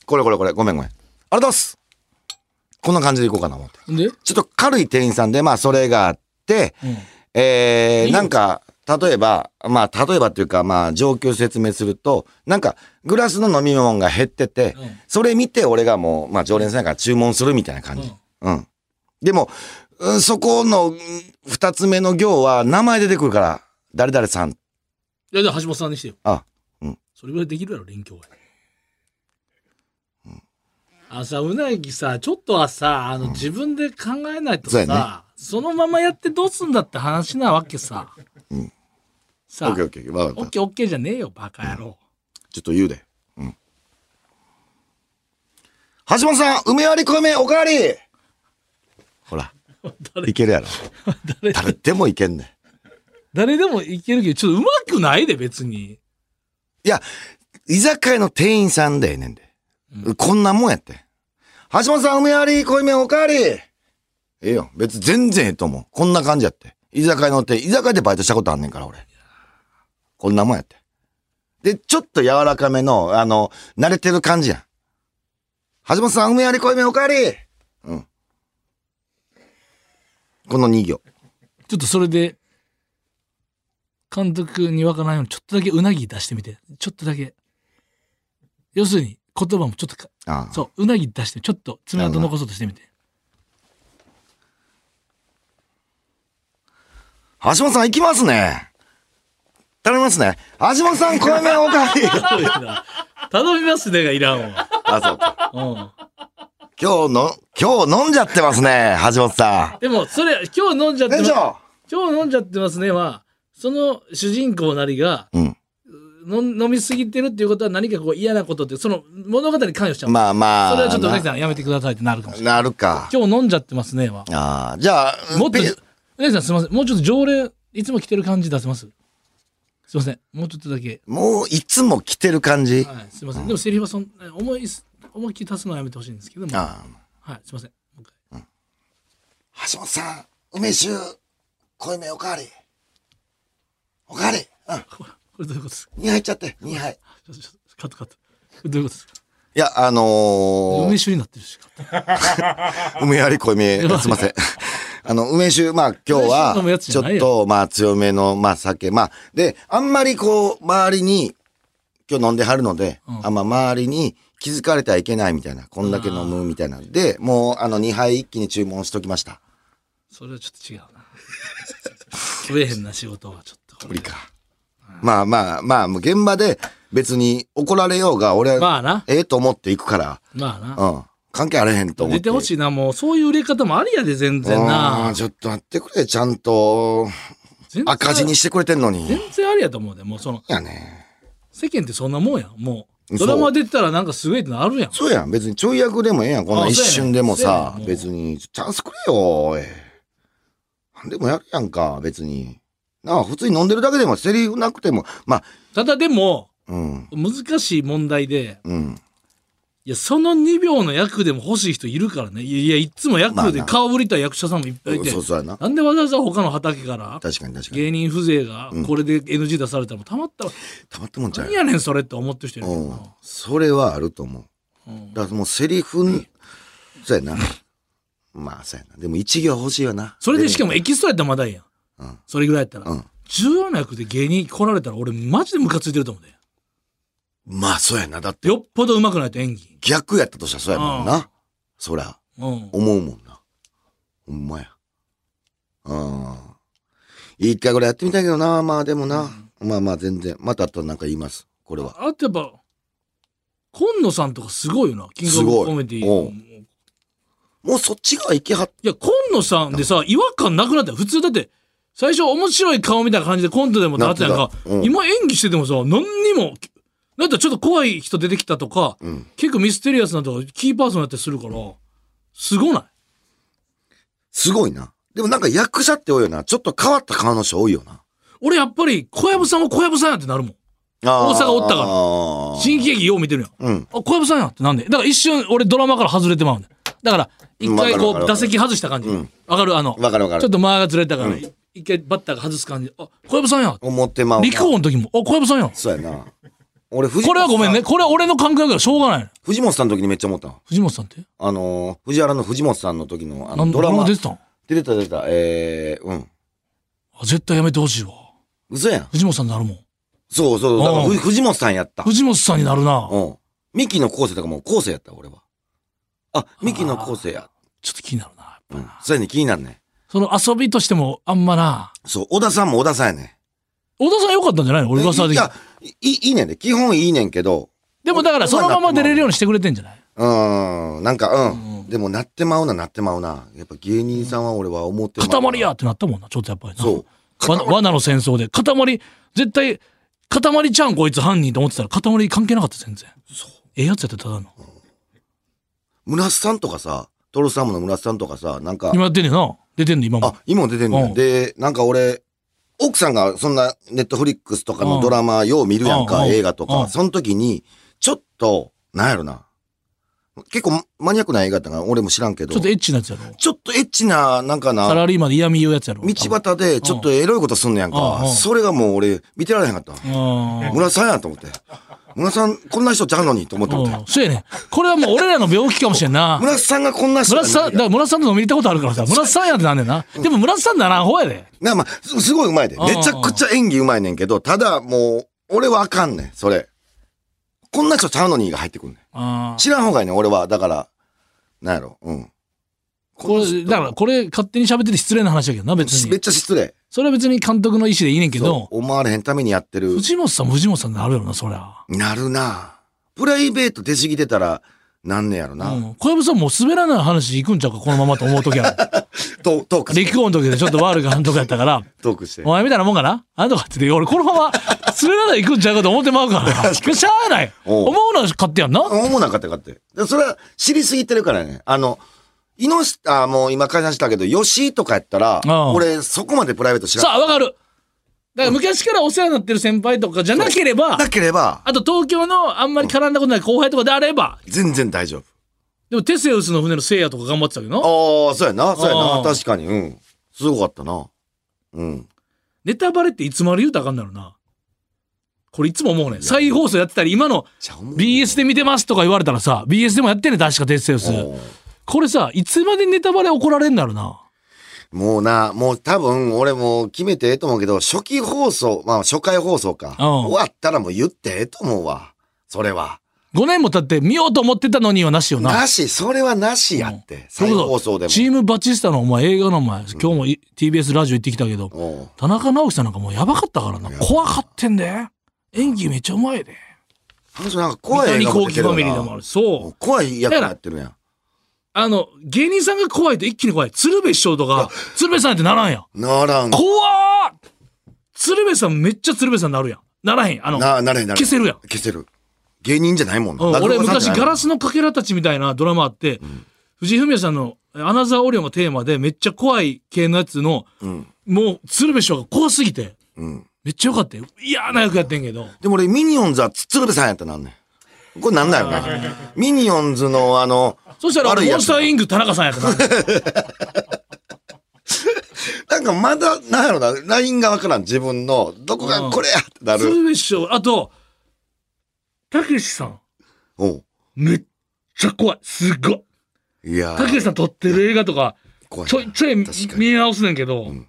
Speaker 4: これこれこれ。ごめんごめん。ありがとうございます。こんな感じでいこうかな思って。
Speaker 3: ん、で、
Speaker 4: ちょっと軽い店員さんで、まあそれがあって、
Speaker 3: うん、
Speaker 4: えー、
Speaker 3: いいよ
Speaker 4: なんか、例えば、まあ例えばっていうか、まあ状況説明すると、なんかグラスの飲み物が減ってて、
Speaker 3: うん
Speaker 4: それ見て俺がもう、まあ常連さんやから注文するみたいな感じ。うん。でも、うんそこのうん二つ目の行は名前出てくるから、誰々さん。
Speaker 3: いやじゃあ橋本さんにしてよ
Speaker 4: あ、うん
Speaker 3: それぐらいできるやろ連響は、朝うなぎさちょっとはさあの、自分で考えないと
Speaker 4: そう
Speaker 3: さ
Speaker 4: や
Speaker 3: そ,、
Speaker 4: ね
Speaker 3: のままやってどうすんだって話なわけさ、
Speaker 4: オ
Speaker 3: さあ
Speaker 4: ッケーオッケー。わか
Speaker 3: オッ
Speaker 4: った。
Speaker 3: ケーオッケーじゃねえよバカ野郎、
Speaker 4: ちょっと言うで。うん。橋本さん、梅割り米おかわりほら。
Speaker 3: 誰
Speaker 4: いけるやろ。
Speaker 3: 誰
Speaker 4: 誰でもいけんねん。
Speaker 3: 誰でもいけるけどちょっとうまくないで別に
Speaker 4: いや、居酒屋の店員さんでええねんで。こんなもんやって。橋本さん、梅割り、濃いめおかわりええよ。別に全然ええと思う。こんな感じやって。居酒屋の店、居酒屋でバイトしたことあんねんから、俺。こんなもんやって。で、ちょっと柔らかめの、あの、慣れてる感じやん。橋本さん、梅割り、濃いめおかわりうん。この2行。
Speaker 3: ちょっとそれで監督にわからないようにちょっとだけうなぎ出してみてちょっとだけ要するに言葉もちょっとか
Speaker 4: ああ。
Speaker 3: そううなぎ出してちょっと爪痕残そうとしてみて
Speaker 4: 橋本さん行きますね。頼みますね。橋本さん、声面おかわり。
Speaker 3: 頼みますねがいらんわ、
Speaker 4: あ、そうか。
Speaker 3: うん、
Speaker 4: 今日の、今日飲んじゃってますね、橋本さ
Speaker 3: でもそれ今日飲んじゃっ
Speaker 4: ん。
Speaker 3: て
Speaker 4: 店
Speaker 3: ま
Speaker 4: 長
Speaker 3: 今日飲んじゃってますねはその主人公なりが
Speaker 4: うん。
Speaker 3: の飲みすぎてるっていうことは何かこう嫌なことってその物語に関与しちゃう、
Speaker 4: まあまあ。
Speaker 3: それはちょっとうなぎ
Speaker 4: な
Speaker 3: さんやめてくださいってなるかもしれない
Speaker 4: なるか。
Speaker 3: 今日飲んじゃってますねは
Speaker 4: ああ、じゃあ、
Speaker 3: もっと、
Speaker 4: ペ
Speaker 3: うなぎさんすみません。もうちょっと常連、いつも着てる感じ出せますすいません。もうちょっとだけ。
Speaker 4: もういつも来てる感じ。
Speaker 3: はい、すいません。でもセリフはそん思い、思いっきり足すのはやめてほしいんですけども。は
Speaker 4: ああ
Speaker 3: い、すいません。もう一回
Speaker 4: 橋本さん、梅酒、濃いめおかわり。おかわり。う
Speaker 3: これこれどういうことですか
Speaker 4: ん。2杯いっちゃって、2杯。
Speaker 3: ちょっとちょっとカットカット。これどういうことですか
Speaker 4: いや、あのー
Speaker 3: 梅酒になってるし。カット
Speaker 4: 梅あり濃いめ、すいません。 あの、梅酒、まあ今日
Speaker 3: 梅酒飲むや
Speaker 4: は、
Speaker 3: つじ
Speaker 4: ち
Speaker 3: ゃ
Speaker 4: ょ
Speaker 3: ない
Speaker 4: っ
Speaker 3: よ
Speaker 4: と、まあ強めの、まあ酒、まあ、で、あんまりこう、周りに、今日飲んではるので、
Speaker 3: うん
Speaker 4: あんま周りに気づかれてはいけないみたいな、こんだけ飲むみたいなんで、もうあの2杯一気に注文しときました。
Speaker 3: それはちょっと違うな。食えへんな仕事はちょっと。
Speaker 4: 無理か。まあまあまあ、もう現場で別に怒られようが、俺は
Speaker 3: まあな。
Speaker 4: ええと思って行くから、
Speaker 3: まあな。
Speaker 4: うん。関係あれへんと思っ
Speaker 3: 出
Speaker 4: て。
Speaker 3: てほしいな。もうそういう売れ方もありやで、全然
Speaker 4: う。
Speaker 3: なん
Speaker 4: ちょっと待ってくれ、ちゃんと。
Speaker 3: 全然
Speaker 4: 赤字にしてくれてんのに。
Speaker 3: 全然ありやと思うで。もうその、
Speaker 4: いやね。
Speaker 3: 世間ってそんなもんやんもう
Speaker 4: そ
Speaker 3: ド
Speaker 4: う
Speaker 3: ラマ出てたらなんかすごいってなるやん
Speaker 4: そうやん。別にちょい役でもええやん。こんな
Speaker 3: あ
Speaker 4: 一
Speaker 3: そうやね
Speaker 4: 瞬でもさ
Speaker 3: そうやねも、う
Speaker 4: 別にチャンスくれよ、おい。なんでもやるやんか、別に。なあ、普通に飲んでるだけでも、セリフなくても、まあ、
Speaker 3: ただでも
Speaker 4: うん、
Speaker 3: 難しい問題で
Speaker 4: うん。
Speaker 3: いやその2秒の役でも欲しい人いるからねいやいやいつも
Speaker 4: まあ
Speaker 3: 役で
Speaker 4: な
Speaker 3: 顔売りたい役者さんもいっぱいいて、
Speaker 4: そうそうやな。
Speaker 3: なんでわざわざ他の畑から
Speaker 4: 確かに確かに。
Speaker 3: 芸人風情がこれで NG 出されたらもうたまったら
Speaker 4: たまったもんちゃう
Speaker 3: 何
Speaker 4: やん
Speaker 3: やねんそれって思ってる人いるけど
Speaker 4: うん
Speaker 3: な。
Speaker 4: それはあると思う。
Speaker 3: うん
Speaker 4: だからもうセリフ、そうやな。まあ、そうやな。でも一行欲しいよな。
Speaker 3: それでしか
Speaker 4: も。
Speaker 3: もエキストラやったらまだいいやん
Speaker 4: うん
Speaker 3: それぐらいやったら、
Speaker 4: うん
Speaker 3: 重要な役で芸人来られたら俺マジでムカついてると思うね
Speaker 4: まあ、そうやな。だって、
Speaker 3: よっぽど上手くないと演技
Speaker 4: 逆やったとしたらそうやもん
Speaker 3: う
Speaker 4: な。そら。
Speaker 3: うん。
Speaker 4: 思うもんな。ほんまや。ああ。一回ぐらいやってみたいけどな。まあでもな。まあまあ全然。また後なんか言います。これは。
Speaker 3: あとやっぱ、今野さんとかすごいよな。キン
Speaker 4: す
Speaker 3: グ
Speaker 4: ご
Speaker 3: オ
Speaker 4: い
Speaker 3: ブコメディ。
Speaker 4: う
Speaker 3: い
Speaker 4: もうそっち側行きはっ、
Speaker 3: や、今野さんでさ、違和感なくなったよ普通だって、最初面白い顔みたいな感じでコントでもなってたやん
Speaker 4: なっ
Speaker 3: か
Speaker 4: てたうん
Speaker 3: 今演技しててもさ、何にも、なんかちょっと怖い人出てきたとか、
Speaker 4: うん。
Speaker 3: 結構ミステリアスなとか、キーパーソンやったりするから、すごない
Speaker 4: すごいな。でもなんか役者って多いよな。ちょっと変わった顔の人多いよな。
Speaker 3: 俺やっぱり、小籔さんは小籔さんやってなるもん。
Speaker 4: 大
Speaker 3: 阪おったから
Speaker 4: ら。
Speaker 3: 新喜劇よう見てるやん。
Speaker 4: うん。
Speaker 3: あ、小籔さんやってなんでだから一瞬俺ドラマから外れてまうんだよだから、一回
Speaker 4: わかるわ
Speaker 3: こ
Speaker 4: か
Speaker 3: う、
Speaker 4: る
Speaker 3: 打席外した感じ。
Speaker 4: うん
Speaker 3: わかるあの、
Speaker 4: わかるわかる。
Speaker 3: ちょっと間がずれたから、
Speaker 4: うん
Speaker 3: い一回バッターが外す感じ。あ、小籔さんや。
Speaker 4: 思ってまうな。
Speaker 3: 陸王の時も、あ、小籔さんや。こ
Speaker 4: そうやな。俺、藤本
Speaker 3: れはごめん
Speaker 4: さ
Speaker 3: ね。これは俺の感覚だからしょうがない。
Speaker 4: 藤本さんの時にめっちゃ思ったの。
Speaker 3: 藤本さんって。
Speaker 4: あのー、藤原の藤本さんの時の、あ
Speaker 3: な
Speaker 4: の、
Speaker 3: ん
Speaker 4: ドラマ。
Speaker 3: 出
Speaker 4: 出
Speaker 3: てたんあ
Speaker 4: てた出てた。えー、うん。
Speaker 3: 絶対やめてほしいわ。
Speaker 4: 嘘やん。
Speaker 3: 藤本さんになるもん。
Speaker 4: そうそう。だから
Speaker 3: うん
Speaker 4: ふ藤本さんやった。
Speaker 3: 藤本さんになるな。
Speaker 4: うん。ミキの昴生とかもう昴生やった、俺は。あ、ミキの昴生や。
Speaker 3: ちょっと気になるな。やっぱ
Speaker 4: うん。そうやね、気になるね。
Speaker 3: その遊びとしても、あんまな。
Speaker 4: そう、小田さんも小田さんやね。
Speaker 3: 小田さん良かったんじゃないの俺噂
Speaker 4: い
Speaker 3: で。
Speaker 4: や、いいいいねんで。基本いいねんけど、
Speaker 3: でもだから、そのまま出れるようにしてくれてんじゃないう
Speaker 4: ーん、なんか、うん。
Speaker 3: うん
Speaker 4: でも、なってまうな、なってまうな。やっぱ芸人さんは俺は思ってまうな。
Speaker 3: 塊やってなったもんな。ちょっとやっぱりな。
Speaker 4: そう。
Speaker 3: わ罠の戦争で塊絶対塊ちゃうんこいつ犯人と思ってたら塊関係なかった全然ええやつやったただの
Speaker 4: 村瀬さんとかさ、トロサーモンの村瀬さんとかさ、なんか、
Speaker 3: 今やってんねんな出てんの今も
Speaker 4: あ、今も出てんの
Speaker 3: うん
Speaker 4: よ。で、なんか俺、奥さんがそんなネットフリックスとか
Speaker 3: うん
Speaker 4: のドラマよう見るやん
Speaker 3: う
Speaker 4: か、
Speaker 3: んうん
Speaker 4: 映画と
Speaker 3: うん
Speaker 4: か、その時に、ちょっと、なんやろな。結構マニアックな映画やったから俺も知らんけど、
Speaker 3: ちょっと
Speaker 4: ち
Speaker 3: エッチなやつやろ
Speaker 4: ょっとエッチな、なんか
Speaker 3: サ
Speaker 4: な、
Speaker 3: ラリーマンで嫌味言うやつやろ
Speaker 4: 道端でちょっとエロいことすんねやん
Speaker 3: うん
Speaker 4: か
Speaker 3: うん。
Speaker 4: それがもう俺、見てられへんかった。
Speaker 3: うん
Speaker 4: 村瀬さんやと思って。村瀬さん、こんな人ちゃうのにと思って思って
Speaker 3: うんそうやねんこれはもう俺らの病気かもしれんな
Speaker 4: 村瀬さんがこんな人
Speaker 3: 村瀬さんだから村瀬さんと飲みに行ったことあるからさ村瀬さんやってなんねんなでも村瀬さんならん方やで
Speaker 4: なまあ、すすごいうまいで。
Speaker 3: うんうんうん
Speaker 4: めちゃくちゃ演技うまいねんけど、ただもう、俺はあかんねん、それ。こんな人ちゃうのにが入ってくんねん。
Speaker 3: あー
Speaker 4: 知らん方がいいねん、俺は。だから、なんやろ、うん。
Speaker 3: これだからこれ勝手に喋ってて失礼な話やけどな別
Speaker 4: めっ
Speaker 3: に
Speaker 4: ちゃ失礼。
Speaker 3: それは別に監督の意思でいいねんけど
Speaker 4: そう思われへんためにやってる。
Speaker 3: 藤本さんも藤本さんになるよなそりゃ
Speaker 4: なるなプライベート出過ぎてたら、なんねやろな。
Speaker 3: うん、小籔さんもう滑らない話行くんちゃうかこのままと思う時は
Speaker 4: トトークして。
Speaker 3: 陸王の時でちょっと悪が監督やったから
Speaker 4: トークして
Speaker 3: お。前みたいなもんかなあんとかって言って俺このまま 滑らない行くんちゃうかと思ってまうからなしゃあない
Speaker 4: おう
Speaker 3: 思うのは勝手やんな、
Speaker 4: 思うなかったかって。でそれは知りすぎてるからね。あの、イノシ、あ、もう今解散したけど、ヨシとかやったら
Speaker 3: う、ん
Speaker 4: 俺そこまでプライベート知らん
Speaker 3: さあわかるだから昔からお世話になってる先輩とかじゃなければ
Speaker 4: なければ、
Speaker 3: あと東京のあんまり絡んだことない後輩とかであれば
Speaker 4: 全然大丈夫。
Speaker 3: でもテセウスの船のせいやとか頑張ってたけどな
Speaker 4: ああ、そうやな、そうや
Speaker 3: あ
Speaker 4: な。
Speaker 3: ー
Speaker 4: 確かに、うん。すごかったな。うん。
Speaker 3: ネタバレっていつまで言うたらあかんだろうなこれいつも思うね再放送やってたり今の
Speaker 4: ちゃうもん
Speaker 3: BS で見てますとか言われたらさ BS でもやってんねん確かテッセウス
Speaker 4: おー
Speaker 3: これさいつまでネタバレ怒られんだろうな
Speaker 4: もうな、もう多分、俺もう決めてええと思うけど、初期放送、まあ初回放送か。
Speaker 3: うん
Speaker 4: 終わったらもう言ってええと思うわ。それは。
Speaker 3: 5年も経って見ようと思ってたのにはなしよな
Speaker 4: なし、それはなしやって。
Speaker 3: そ
Speaker 4: 再
Speaker 3: れこそ
Speaker 4: 放送でも。
Speaker 3: チームバチスタのお前映画のお前今日もい TBS ラジオ行ってきたけど
Speaker 4: おう
Speaker 3: 田中直樹さんなんかもうやばかったからな怖かってんで演技めっちゃうまいで
Speaker 4: あの人なんか怖い映画も出てる
Speaker 3: ファミリーで
Speaker 4: よ
Speaker 3: もあ
Speaker 4: な
Speaker 3: るそう
Speaker 4: 怖い役やってるやん。
Speaker 3: あの芸人さんが怖いと一気に怖い鶴瓶師匠とか鶴瓶さんってならんやん
Speaker 4: ならん。
Speaker 3: 怖っ鶴瓶さんめっちゃ鶴瓶さんなるやんならへんあの
Speaker 4: な、なれへんなれへん
Speaker 3: 消せるやん
Speaker 4: 消せる。芸人じゃないもんな。
Speaker 3: うん、
Speaker 4: 落
Speaker 3: 俺
Speaker 4: 語家さん
Speaker 3: 昔
Speaker 4: じゃないもん
Speaker 3: ガラスのかけらたちみたいなドラマあって、藤井フミヤさんのえアナザーオリオンがテーマでめっちゃ怖い系のやつの、
Speaker 4: ん
Speaker 3: もう鶴瓶師匠が怖すぎて、
Speaker 4: ん
Speaker 3: めっちゃ良かったよ嫌な役やってんけど
Speaker 4: でも俺、ミニオンズはつ鶴瓶さんやったらなんねん。これなんだよな。 ミニオンズのあの、
Speaker 3: そしたら
Speaker 4: 悪い
Speaker 3: モ
Speaker 4: や
Speaker 3: ン
Speaker 4: つ
Speaker 3: スターイング田中さんやったな
Speaker 4: なんかまだ、なんやろな、ラインがわからん。自分の、どこ
Speaker 3: うん
Speaker 4: がこれやってなる。
Speaker 3: 鶴瓶師匠あとたけしさん
Speaker 4: おう
Speaker 3: めっちゃ怖いすっごい
Speaker 4: いや
Speaker 3: たけし
Speaker 4: ー、
Speaker 3: さん撮ってる映画とか
Speaker 4: 怖い
Speaker 3: ちょいちょい
Speaker 4: 確かに
Speaker 3: 見直すねんけど、
Speaker 4: ん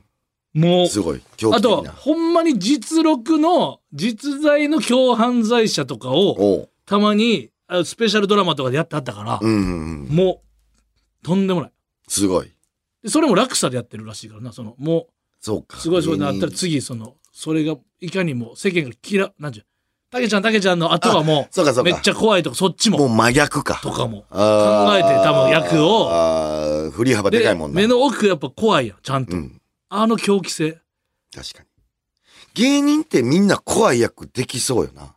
Speaker 3: もう
Speaker 4: な。すごい。狂
Speaker 3: あ
Speaker 4: 気
Speaker 3: と
Speaker 4: 的な。
Speaker 3: ほんまに実録の実在の共犯罪者とかを
Speaker 4: おう。
Speaker 3: たまにあスペシャルドラマとかでやってあったから
Speaker 4: う、んうんうん。
Speaker 3: もうとんでもない。
Speaker 4: すごい。
Speaker 3: でそれも落差でやってるらしいからな、その、も
Speaker 4: そう
Speaker 3: う、
Speaker 4: か。
Speaker 3: すごいそうなったら
Speaker 4: 芸人
Speaker 3: 次、その、それが、いかにも世間が嫌う、なんじゃ、たけちゃん、たけちゃんの後はも、
Speaker 4: そうかそうう
Speaker 3: め
Speaker 4: か。
Speaker 3: っちゃ怖いとか、そっち
Speaker 4: もう
Speaker 3: も、
Speaker 4: 真逆か。
Speaker 3: とかも。
Speaker 4: 考
Speaker 3: 考えて多分役を
Speaker 4: あー振り幅でかいもんな。
Speaker 3: 目の奥やっぱ怖いやん、ちゃんと。
Speaker 4: うん。
Speaker 3: あの狂気性。
Speaker 4: 確かに。芸人ってみんな怖い役できそうよな。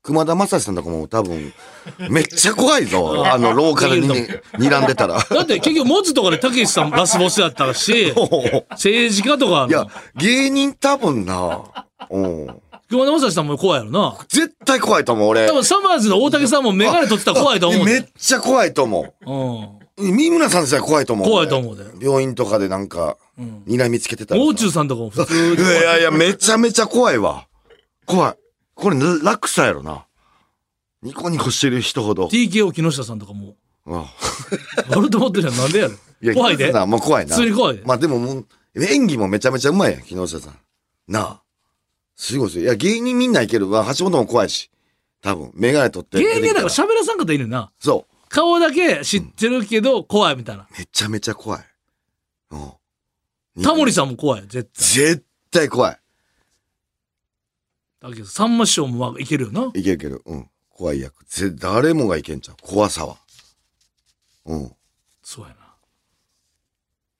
Speaker 4: 熊田正史さんとかも多分、めっちゃ怖い ぞ。あの、廊下でに睨んでたら。
Speaker 3: だって結局、モズとかでたけしさんラスボスだっ たし、政治家とか
Speaker 4: いや
Speaker 3: の、、
Speaker 4: 芸人多分な。うん。
Speaker 3: 熊田正史さんも怖いやろな。
Speaker 4: 絶対怖いと思う、俺
Speaker 3: 多。分、サマーズの大竹さんもメガネ取ってたら怖いと思う
Speaker 4: めっ
Speaker 3: で。
Speaker 4: ちゃ怖いと思
Speaker 3: うん。
Speaker 4: う。三村さんですら怖いと思う。
Speaker 3: 怖いと思うで。
Speaker 4: 病院とかでなんか、
Speaker 3: うん。
Speaker 4: 睨みつけてたらさ
Speaker 3: もう中さんとかも普通に
Speaker 4: いやいや、めちゃめちゃ怖いわ。怖い。これ、落差やろな。ニコニコしてる人ほど。
Speaker 3: TKO 木下さんとかも、
Speaker 4: うん
Speaker 3: 悪と思ってるやん、なんでやろ。
Speaker 4: や
Speaker 3: 怖いで
Speaker 4: 木下さんもう怖いな。
Speaker 3: 普通に怖いで
Speaker 4: まあでももう、演技もめちゃめちゃうまいやん、木下さん。なあ。すごいですよ。いや、芸人みんないけるわ。橋本も怖いし。多分、メガネ取って出てき
Speaker 3: 芸
Speaker 4: た。
Speaker 3: 人だから喋らさんかったらいいねんな。
Speaker 4: そ
Speaker 3: 顔だけ知ってるけど、怖いみたいな。
Speaker 4: う。めちゃめちゃ怖い。うん。
Speaker 3: タモリ
Speaker 4: さ
Speaker 3: さんも怖い、絶対。
Speaker 4: 絶対怖い。
Speaker 3: だけど、さんま師匠もまあいけるよな。
Speaker 4: いけるいける。うん。怖い役。ぜ誰もがいけんちゃう。怖さは。うん。
Speaker 3: そうやな。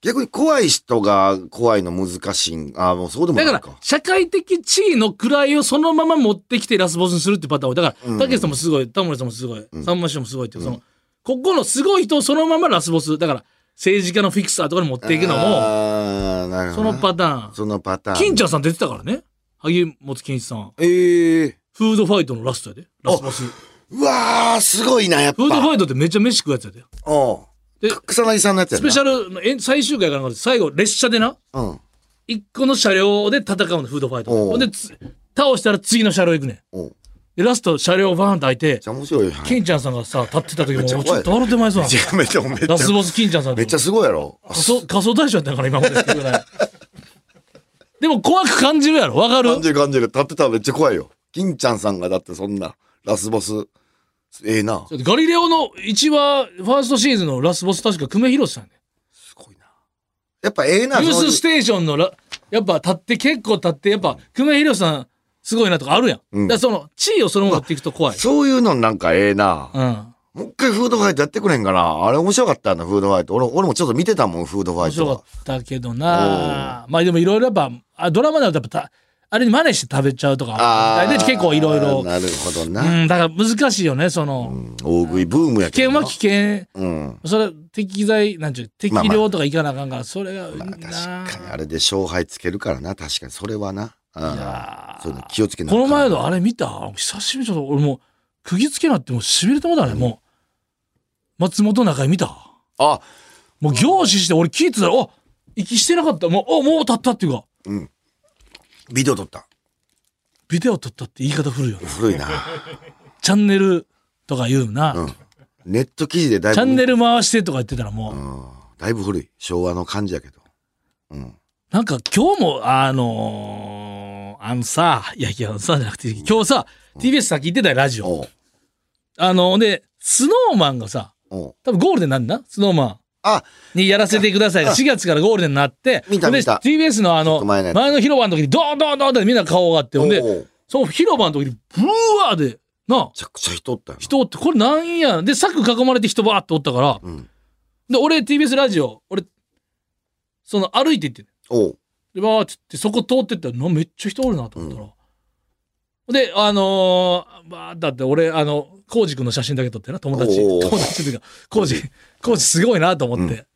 Speaker 4: 逆に怖い人が怖いの難しいん。ああ、もうそうでも
Speaker 3: だ
Speaker 4: な
Speaker 3: か
Speaker 4: い
Speaker 3: ら
Speaker 4: か、。
Speaker 3: 社会的地位の位をそのまま持ってきてラスボスにするってパターン多い。だか
Speaker 4: うん
Speaker 3: ら、たけしさんもすごい、タモリさんもすごい
Speaker 4: ん、
Speaker 3: さんま師匠もすごいっていう、その、ここのすごい人をそのままラスボス。だから、政治家のフィクサーとかに持っていくのも、
Speaker 4: ああ、なる
Speaker 3: そ
Speaker 4: ほど
Speaker 3: の
Speaker 4: な。
Speaker 3: パターン。
Speaker 4: そのパターン。
Speaker 3: 金ちゃんさん出てたからね。萩本欽一さん。
Speaker 4: ええ
Speaker 3: フードファイトのラストやで。ラスボス。
Speaker 4: うわー、すごいな、やっぱ。
Speaker 3: フードファ
Speaker 4: イ
Speaker 3: イトってめっちゃ飯食うやつやで。
Speaker 4: ト。
Speaker 3: で、
Speaker 4: 草薙さんのやつや
Speaker 3: ス
Speaker 4: な。
Speaker 3: ペシャルのえ最終回かなんかで最後、列車でな、
Speaker 4: うん。
Speaker 3: 一個の車両で戦うの、フードファイト。
Speaker 4: おう
Speaker 3: ほんで、つ倒したら次の車両行くねん。
Speaker 4: おうめっ
Speaker 3: で、ラスト車両バーンと開いて
Speaker 4: ち、ゃ面白いよ。
Speaker 3: 金ちゃんさんがさ、立ってた時も、
Speaker 4: めっちゃ
Speaker 3: も
Speaker 4: 怖
Speaker 3: う
Speaker 4: い
Speaker 3: ちょっと笑ってまいそうなの。
Speaker 4: めっちゃ、めっ
Speaker 3: ラス
Speaker 4: ちゃ、
Speaker 3: ボス金ちゃんさん
Speaker 4: めっちゃすごいやろ。
Speaker 3: 仮想、仮想大賞やったんから、今まで。でも怖く感じるやろわか
Speaker 4: 感じ
Speaker 3: る
Speaker 4: る感じる。立ってたらめっちゃ怖いよ。金ちゃんさんがだってそんな、ラスボス、ええな。
Speaker 3: ガリレオの1話、ファーストシーズンのラスボス確か久米宏さんね。
Speaker 4: すごいな。やっぱええな、
Speaker 3: ニュー
Speaker 4: そうい
Speaker 3: ス
Speaker 4: う
Speaker 3: ステーションのラ、やっぱ立って、結構立って、やっぱ久米宏さんすごいなとかあるやん。
Speaker 4: うん
Speaker 3: だからその、地位をそのまま持っていくと怖い。
Speaker 4: そういうのなんかええな。
Speaker 3: うん。
Speaker 4: もう一回フードファイトやってくれへんかな。あれ面白かったな、フードファイト。俺、俺もちょっと見てたもん、フードファ
Speaker 3: 面
Speaker 4: イト
Speaker 3: 白
Speaker 4: は
Speaker 3: か。ったけどなまあでもいろいろやっぱ、あドラマだとやっぱた、あれに真似して食べちゃうとか、
Speaker 4: ー
Speaker 3: で結構いろいろ。
Speaker 4: なるほどな。
Speaker 3: うん、だから難しいよね、その、
Speaker 4: 大食いブームや
Speaker 3: 危
Speaker 4: け
Speaker 3: 険
Speaker 4: どな
Speaker 3: は危険。
Speaker 4: うん。
Speaker 3: それ、適材、なんちゅう、適
Speaker 4: まあまあ
Speaker 3: 量とかいかなあかんから、それが、
Speaker 4: まあ確
Speaker 3: な
Speaker 4: かにあれで勝敗つけるからな確かにそれはな。うん
Speaker 3: やー
Speaker 4: そういうの気をつけな
Speaker 3: この前
Speaker 4: の
Speaker 3: のあれ見た久しぶりちょっと、俺もう、釘付けなってもう痺れたもんだね、もう。松本中井見た
Speaker 4: あ
Speaker 3: もう凝視して、俺聞いてたら、あ息してなかった。もう、あもう立ったっていうか、
Speaker 4: ビデオ撮った
Speaker 3: ビデオ撮ったって言い方古いよな。
Speaker 4: 古いな。
Speaker 3: チャンネルとか言うな。
Speaker 4: うん。ネット記事でだいぶ
Speaker 3: チャンネル回してとか言ってたらもう、
Speaker 4: うんだいぶ古い昭和の感じやけど。うん。
Speaker 3: なんか今日も、あのーあのさ、いやいや、さじゃなくて、今日さ、TBS さっき言ってたよ、ラジオ。
Speaker 4: おう
Speaker 3: あので、スノーマンがさ、
Speaker 4: おう
Speaker 3: 多分ゴールデンなんだな、スノーマン。
Speaker 4: あ
Speaker 3: にやらせてくださいが、4月からゴールデンになって、
Speaker 4: 見た
Speaker 3: で
Speaker 4: 見た
Speaker 3: TBS のあ
Speaker 4: ちょっ
Speaker 3: の、
Speaker 4: と前のや
Speaker 3: 前
Speaker 4: つ
Speaker 3: の広場の時に、ドーンドーンドーンってみんな顔があって、ほんで、
Speaker 4: おうめ
Speaker 3: その広場の時に、ブワーで、な、
Speaker 4: ちゃくちゃ人おったよな。
Speaker 3: 人おって、これなんや、で、柵囲まれて人バーっておったから、
Speaker 4: うん。
Speaker 3: で、俺 TBS ラジオ、俺、その歩いて行ってん
Speaker 4: おう
Speaker 3: で、わーっつって、そこ通ってったら、なめっちゃ人おるなと思ったら。で、あのー、ばーってあって、俺、あの、コウジ君の写真だけ撮ってな、友達。
Speaker 4: おー
Speaker 3: 友達っていうか、コウジ、コウジすごいなと思っ
Speaker 4: う
Speaker 3: て、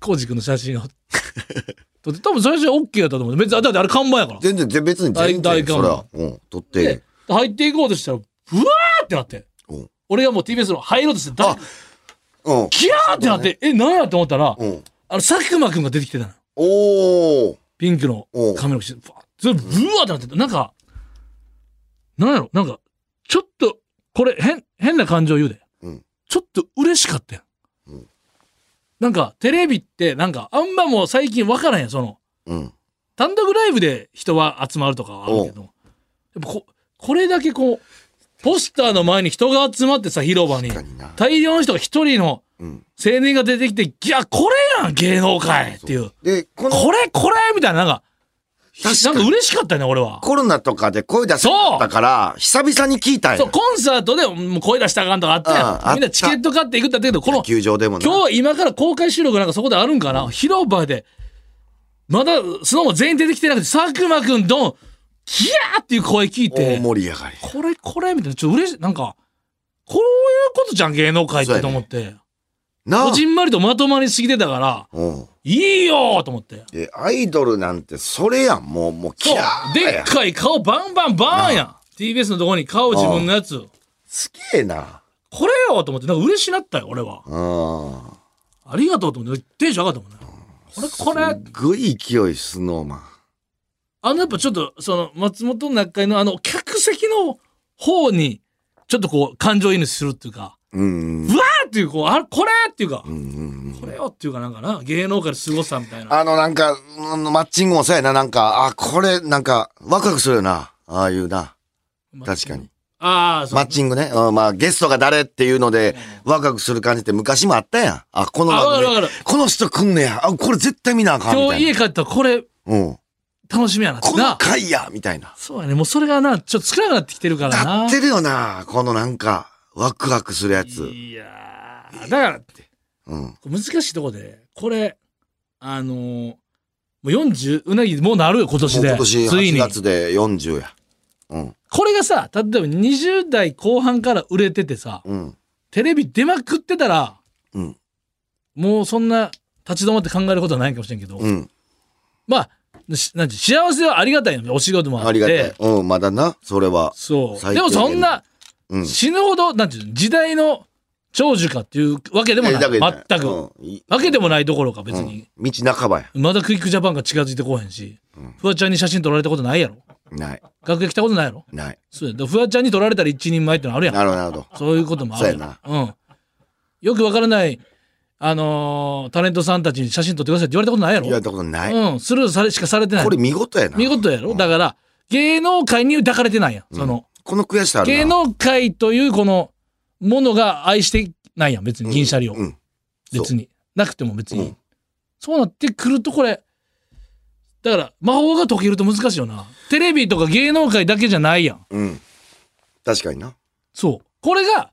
Speaker 3: コウジ君の写真を撮って、多分最初は OK だったと思う。別に、だってあれ看板やから。
Speaker 4: 全然ぜ別に全
Speaker 3: 大
Speaker 4: 然
Speaker 3: 大
Speaker 4: そ
Speaker 3: 観
Speaker 4: れ
Speaker 3: 覧
Speaker 4: は。うん。撮って
Speaker 3: で、入っていこうとしたら、ブワーってなって
Speaker 4: うん。
Speaker 3: 俺がもう TBS の入ろうとして、
Speaker 4: あ
Speaker 3: だ
Speaker 4: うん。
Speaker 3: キャーってなって、え、なんやと思ったら、
Speaker 4: うん。
Speaker 3: あの、佐久間君が出てきてたの。
Speaker 4: おお。
Speaker 3: ピンクの
Speaker 4: おう
Speaker 3: 髪の毛して、バーッそれブワーってなってた。なんか、なんやろ、なんか、ちょっと、これ、変、変な感情言うで。
Speaker 4: うん
Speaker 3: ちょっと嬉しかったやん。
Speaker 4: うん
Speaker 3: なんか、テレビって、なんか、あんまもう最近わからんやん、その、
Speaker 4: うん。
Speaker 3: 単独ライブで人は集まるとかはあるけど、やっぱこ、これだけこう、ポスターの前に人が集まってさ、広場に
Speaker 4: 確か。にな。
Speaker 3: 大量の人が一人の
Speaker 4: うん。
Speaker 3: 青年が出てきて、いや、これやん、芸能界っていう。
Speaker 4: で、この
Speaker 3: これ、これみたいな、なんか、
Speaker 4: 確か
Speaker 3: なん
Speaker 4: に
Speaker 3: か嬉しかったね、俺は。
Speaker 4: コロナとかで声出せなかったから、久々に聞いたんや。
Speaker 3: そう、コンサートでもう声出したらあかんとかあった
Speaker 4: うんあった
Speaker 3: やん。みんなチケット買っていくってあったけど、この、
Speaker 4: 球場でもね。
Speaker 3: 今日は今から公開収録なんかそこであるんかな広場で、まだ、スノーも全員出てきてなくて、佐久間くん、ドン、キヤーっていう声聞い
Speaker 4: 大
Speaker 3: て、
Speaker 4: 盛り上がり。
Speaker 3: これ、これ、みたいな、ちょっと嬉しい、なんか、こういうことじゃん、芸能界っ
Speaker 4: そうやね
Speaker 3: てと思って。
Speaker 4: な
Speaker 3: こ
Speaker 4: あ。
Speaker 3: じんまりとまとまりすぎてたから、
Speaker 4: うん。
Speaker 3: いいよーと思って。
Speaker 4: え、アイドルなんて、それやん。もう、もう、キ
Speaker 3: そう
Speaker 4: ャー
Speaker 3: でっ
Speaker 4: や。好
Speaker 3: かい顔バンバンバーンやん。TBS のとこに顔自分のやつ。
Speaker 4: きえな。
Speaker 3: これよと思って、なんか嬉しなったよ、俺は。
Speaker 4: うん。
Speaker 3: ありがとうと思って、テンション上がったもんね。これ、これ、
Speaker 4: すっごい勢い、スノーマン。
Speaker 3: あの、やっぱちょっと、その、松本中会のあの、客席の方に、ちょっとこう、感情移入するっていうか、
Speaker 4: うん。
Speaker 3: ブワーっていう、こう、あれ、これっていうか、
Speaker 4: うんうん
Speaker 3: これよっていうか、なんかな、芸能界の凄さみたいな。
Speaker 4: あの、なんか、うんマッチングもそうやな。なんか、あ、これ、なんか、ワクワクするよな。ああいうな。
Speaker 3: ま
Speaker 4: 確かに。。
Speaker 3: ああ、そう。
Speaker 4: マッチングね。うん、まあ、ゲストが誰っていうので、ワクワクする感じって昔もあったやん。あ、この
Speaker 3: あ、わ
Speaker 4: 番
Speaker 3: かるわ
Speaker 4: 組、
Speaker 3: かる。
Speaker 4: この人来んねや。あ、これ絶対見なあかんみ
Speaker 3: 今
Speaker 4: た
Speaker 3: 日
Speaker 4: いな。
Speaker 3: 家帰ったら、これ、
Speaker 4: うん。
Speaker 3: 楽しみやなって
Speaker 4: この
Speaker 3: な。
Speaker 4: 回やみたいな。
Speaker 3: そうやね。もうそれがな、ちょっと少なくなってきてるか
Speaker 4: な
Speaker 3: らな。
Speaker 4: ってるよな。このなんか、ワクワクするやつ。
Speaker 3: いやー、だから、
Speaker 4: うん。
Speaker 3: 難しいとこで、これ、あのー、もう40、うなぎもうなるよ、今年で。
Speaker 4: 今年
Speaker 3: つい
Speaker 4: 8
Speaker 3: に。
Speaker 4: 月で40や。うん。
Speaker 3: これがさ、例えば20代後半から売れててさ、
Speaker 4: うん。
Speaker 3: テレビ出まくってたら、
Speaker 4: うん。
Speaker 3: もうそんな立ち止まって考えることはないかもしれんけど、
Speaker 4: うん。
Speaker 3: まあ、しなんて幸せはありがたいよね。お仕事もあ
Speaker 4: あ
Speaker 3: って。
Speaker 4: りがたい。うん、まだな。それは。
Speaker 3: そう。
Speaker 4: 最
Speaker 3: で
Speaker 4: 低限
Speaker 3: もそんな
Speaker 4: うん。
Speaker 3: 死ぬほど、なんていうの時代の長寿かっていうわけでもない。
Speaker 4: えだけ
Speaker 3: 全く、
Speaker 4: どうんい
Speaker 3: わけでもないどころか、別
Speaker 4: う
Speaker 3: に
Speaker 4: ん。道半ばや。
Speaker 3: まだクイックジャパンが近づいてこうへんし、フワちゃんに写真撮られたことないやろ。
Speaker 4: ない。
Speaker 3: 楽屋来たことないやろ。
Speaker 4: ない。
Speaker 3: そうや。だからフワちゃんに撮られたら一人前ってのあるやん。
Speaker 4: なるほど、なるほど。
Speaker 3: そういうこともあるよ
Speaker 4: そうや
Speaker 3: うん。よくわからない、あのータレントさんたちに写真撮ってくださいって言われたことないやろ。
Speaker 4: 言われたことない。
Speaker 3: うん。スルーされしかされてない。
Speaker 4: これ見事やな。
Speaker 3: 見事やろ、
Speaker 4: うん
Speaker 3: だから、芸能界に抱かれてないやん。その、
Speaker 4: この悔しさあるな。
Speaker 3: 芸能界というこの、ものが愛してないやん。別に、銀シャリを。
Speaker 4: うん。そう
Speaker 3: 別に。なくても別に。
Speaker 4: うん
Speaker 3: そうなってくると、これ、だから、魔法が解けると難しいよな。テレビとか芸能界だけじゃないやん。
Speaker 4: うん。確かにな。
Speaker 3: そう。これが、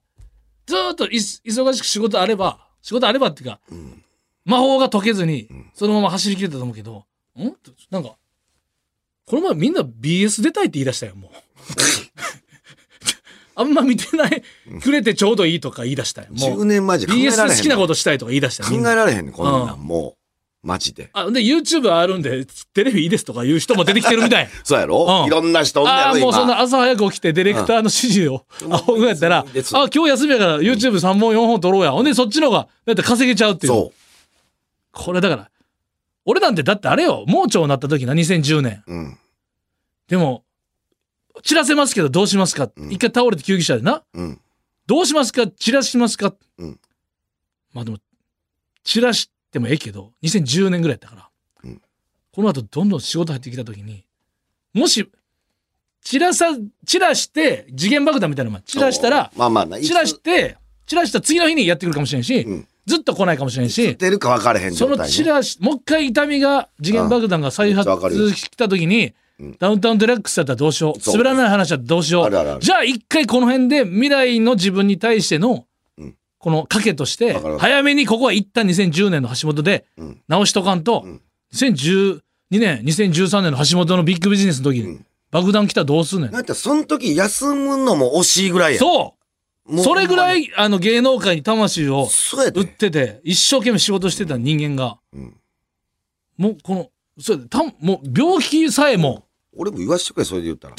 Speaker 3: ずーっとい忙しく仕事あれば、仕事あればっていうか、
Speaker 4: ん
Speaker 3: 魔法が解けずに、そのまま走り切れたと思うけど、んなんか、この前みんな BS 出たいって言い出したよ、もう。 あんま見てない、くれてちょうどいいとか言い出したよ。も
Speaker 4: 10
Speaker 3: う、
Speaker 4: 年前じゃ考え
Speaker 3: BS
Speaker 4: られへん。
Speaker 3: 好きなことしたいとか言い出したよ。
Speaker 4: 考
Speaker 3: み
Speaker 4: え
Speaker 3: んな
Speaker 4: られへんねこんな
Speaker 3: うん
Speaker 4: もう。マジで。
Speaker 3: あ、で、YouTube あるんで、テレビいいですとか言う人も出てきてる みたい。
Speaker 4: そうや
Speaker 3: う
Speaker 4: ろ
Speaker 3: ん
Speaker 4: いろんな人おんねや
Speaker 3: ああ
Speaker 4: ろ
Speaker 3: ー、もうそん
Speaker 4: 今。
Speaker 3: な朝早く起きてディレクターの指示を
Speaker 4: うん
Speaker 3: 仰ぐやったら、あ
Speaker 4: いいです
Speaker 3: 今日休みやから YouTube3 本4本撮ろうや。ほんでそっちの方が、だって稼げちゃうっていう。
Speaker 4: そ
Speaker 3: これだから、俺なんてだってあれよ、盲腸になった時な、2010年。
Speaker 4: う。うん。
Speaker 3: でも、散らせますけどどうしますか、
Speaker 4: うん
Speaker 3: 一回倒れて救急車でな。
Speaker 4: うん。
Speaker 3: どうしますか散らしますか、
Speaker 4: うん
Speaker 3: まあでも、散らしてもええけど、2010年ぐらいやったから、
Speaker 4: うん
Speaker 3: この後どんどん仕事入ってきた時に、もし、散らさ、散らして、次元爆弾みたいなのも散らしたら
Speaker 4: そう、まあまあな。
Speaker 3: 散らして、散らした次の日にやってくるかもしれんし、
Speaker 4: うん
Speaker 3: ずっと来ないかもしれんし、
Speaker 4: 出るか分かれへん
Speaker 3: そ
Speaker 4: 状態
Speaker 3: の
Speaker 4: ね。
Speaker 3: チラシ、もう一回痛みが、次元爆弾が再発
Speaker 4: うんめっちゃわかるよ
Speaker 3: してきた時に
Speaker 4: うん、
Speaker 3: ダウンタウンデラックスだったらどうしよう。
Speaker 4: そう
Speaker 3: 滑らない話だったらどうしよ
Speaker 4: あるあるあ
Speaker 3: う。
Speaker 4: る
Speaker 3: じゃあ一回この辺で未来の自分に対しての
Speaker 4: うん、
Speaker 3: この賭けとして
Speaker 4: わかるわ、か
Speaker 3: 早めにここは一旦2010年の橋本で
Speaker 4: うん
Speaker 3: 直しとかんと
Speaker 4: ん、
Speaker 3: 2012年、2013年の橋本のビッグビジネスの時に
Speaker 4: ん
Speaker 3: 爆弾来たらどうすんねん
Speaker 4: な。んかその時休むのも惜しいぐらいや。
Speaker 3: そ
Speaker 4: も
Speaker 3: う
Speaker 4: う
Speaker 3: それぐら。い、あの芸能界に魂を
Speaker 4: そうや
Speaker 3: 売っ
Speaker 4: で。
Speaker 3: てて、一生懸命仕事してた人間が、
Speaker 4: うん
Speaker 3: もうこの、それたんもう病気さえも、
Speaker 4: 俺も言わしてくれ、それで言ったら。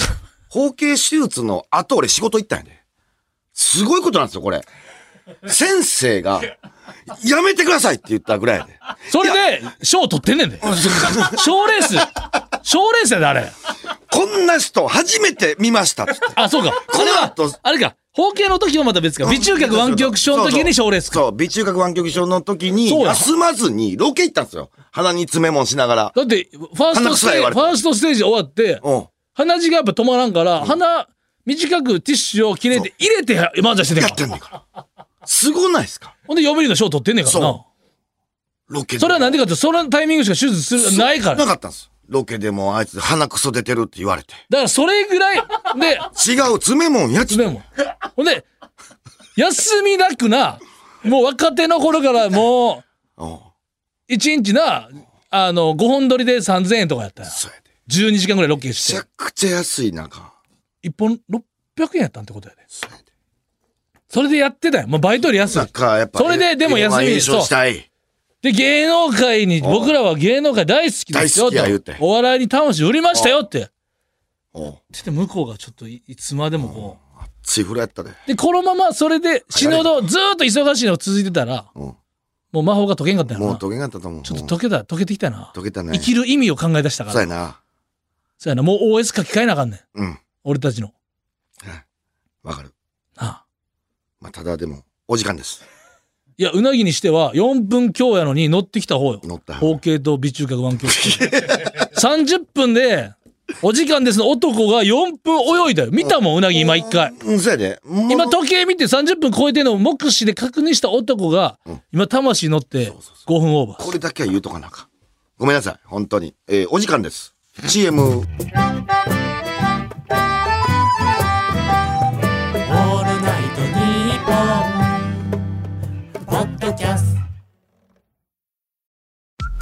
Speaker 4: 包茎手術の後、俺仕事行ったんやで。すごいことなんですよ、これ。先生が、やめてくださいって言ったぐらいやで。
Speaker 3: それで、賞取ってんね んで。賞レース。賞レースやで、あれ。
Speaker 4: こんな人、初めて見ましたっつって。
Speaker 3: あ、そうか。これは
Speaker 4: この後、
Speaker 3: あれか。包茎の時はまた別か。微中隔湾曲症の時に賞レースか。
Speaker 4: そう、美中核湾曲症の時に、
Speaker 3: そうや
Speaker 4: 休まずにロケ行ったんですよ。鼻に詰めもんしながら。
Speaker 3: だって、ファーストステージ、
Speaker 4: 鼻くそや言われ
Speaker 3: フ
Speaker 4: て
Speaker 3: ァーストステージ終わって、
Speaker 4: うん。
Speaker 3: 鼻血がやっぱ止まらんから、鼻、短くティッシュを切れて入れて漫才してんね
Speaker 4: やっ
Speaker 3: んか
Speaker 4: てんねんから。すごないですか
Speaker 3: ほんで読売の賞取ってんねんからな
Speaker 4: そロケでも
Speaker 3: それはなんでかっていうとそのタイミングしか手術するないから
Speaker 4: な
Speaker 3: だか
Speaker 4: かったんです。ロケでもあいつ鼻くそ出てるって言われて。
Speaker 3: らそれぐらい で
Speaker 4: 違う、爪もんやち。
Speaker 3: でもほんで休みなくなもう若手の頃からも
Speaker 4: うん。
Speaker 3: う一日なあの5本撮りで3000円とかやったら
Speaker 4: そうやで。
Speaker 3: 12時間ぐらいロケ
Speaker 4: めち
Speaker 3: し
Speaker 4: ゃ
Speaker 3: て
Speaker 4: くちゃ安い中。
Speaker 3: 1本600円やったんってことやで
Speaker 4: そうやで。
Speaker 3: それでやってたよもうバイトより安い
Speaker 4: なんか、やっぱ、
Speaker 3: それででも休み
Speaker 4: M1 優勝したい。
Speaker 3: で芸能界に
Speaker 4: うん
Speaker 3: 僕らは芸能界大好きですよ
Speaker 4: 大好きや言う
Speaker 3: と
Speaker 4: て
Speaker 3: お笑いに魂売りましたよって
Speaker 4: うん。
Speaker 3: ちょっと向こうがちょっといいつまでもこう
Speaker 4: ついふらやったで。
Speaker 3: でこのままそれで死ぬほどずーっと忙しいのが続いてたら
Speaker 4: うん。
Speaker 3: もう魔法が解けんかったよ
Speaker 4: もう
Speaker 3: な
Speaker 4: 溶けなかったと思う。
Speaker 3: ちょっと解けた解けてきたな
Speaker 4: うん溶けたね。
Speaker 3: 生きる意味を考え出したか
Speaker 4: そう
Speaker 3: ら
Speaker 4: やな。
Speaker 3: そうやなもう OS 書き換えなあかんねん
Speaker 4: うん。
Speaker 3: 俺たちの
Speaker 4: わかる。
Speaker 3: なあ
Speaker 4: まあ、ただでも、お時間です。
Speaker 3: いやうなぎにしては4分強やのに乗ってきた方よ
Speaker 4: 乗った。
Speaker 3: 包茎と微中核腕強30分でお時間ですの男が4分泳いだよ見たもんうなぎ今1回
Speaker 4: うん、そうやで。もう
Speaker 3: 今、時計見て30分超えてるのを目視で確認した男が、
Speaker 4: うん
Speaker 3: 今魂乗って
Speaker 4: そうそう
Speaker 3: 5分オーバー
Speaker 4: これだけは言うとかなあかん。ごめんなさい。本当に。えーお時間です。CM。
Speaker 5: 「オールナイトニッポン」「ポッドキャス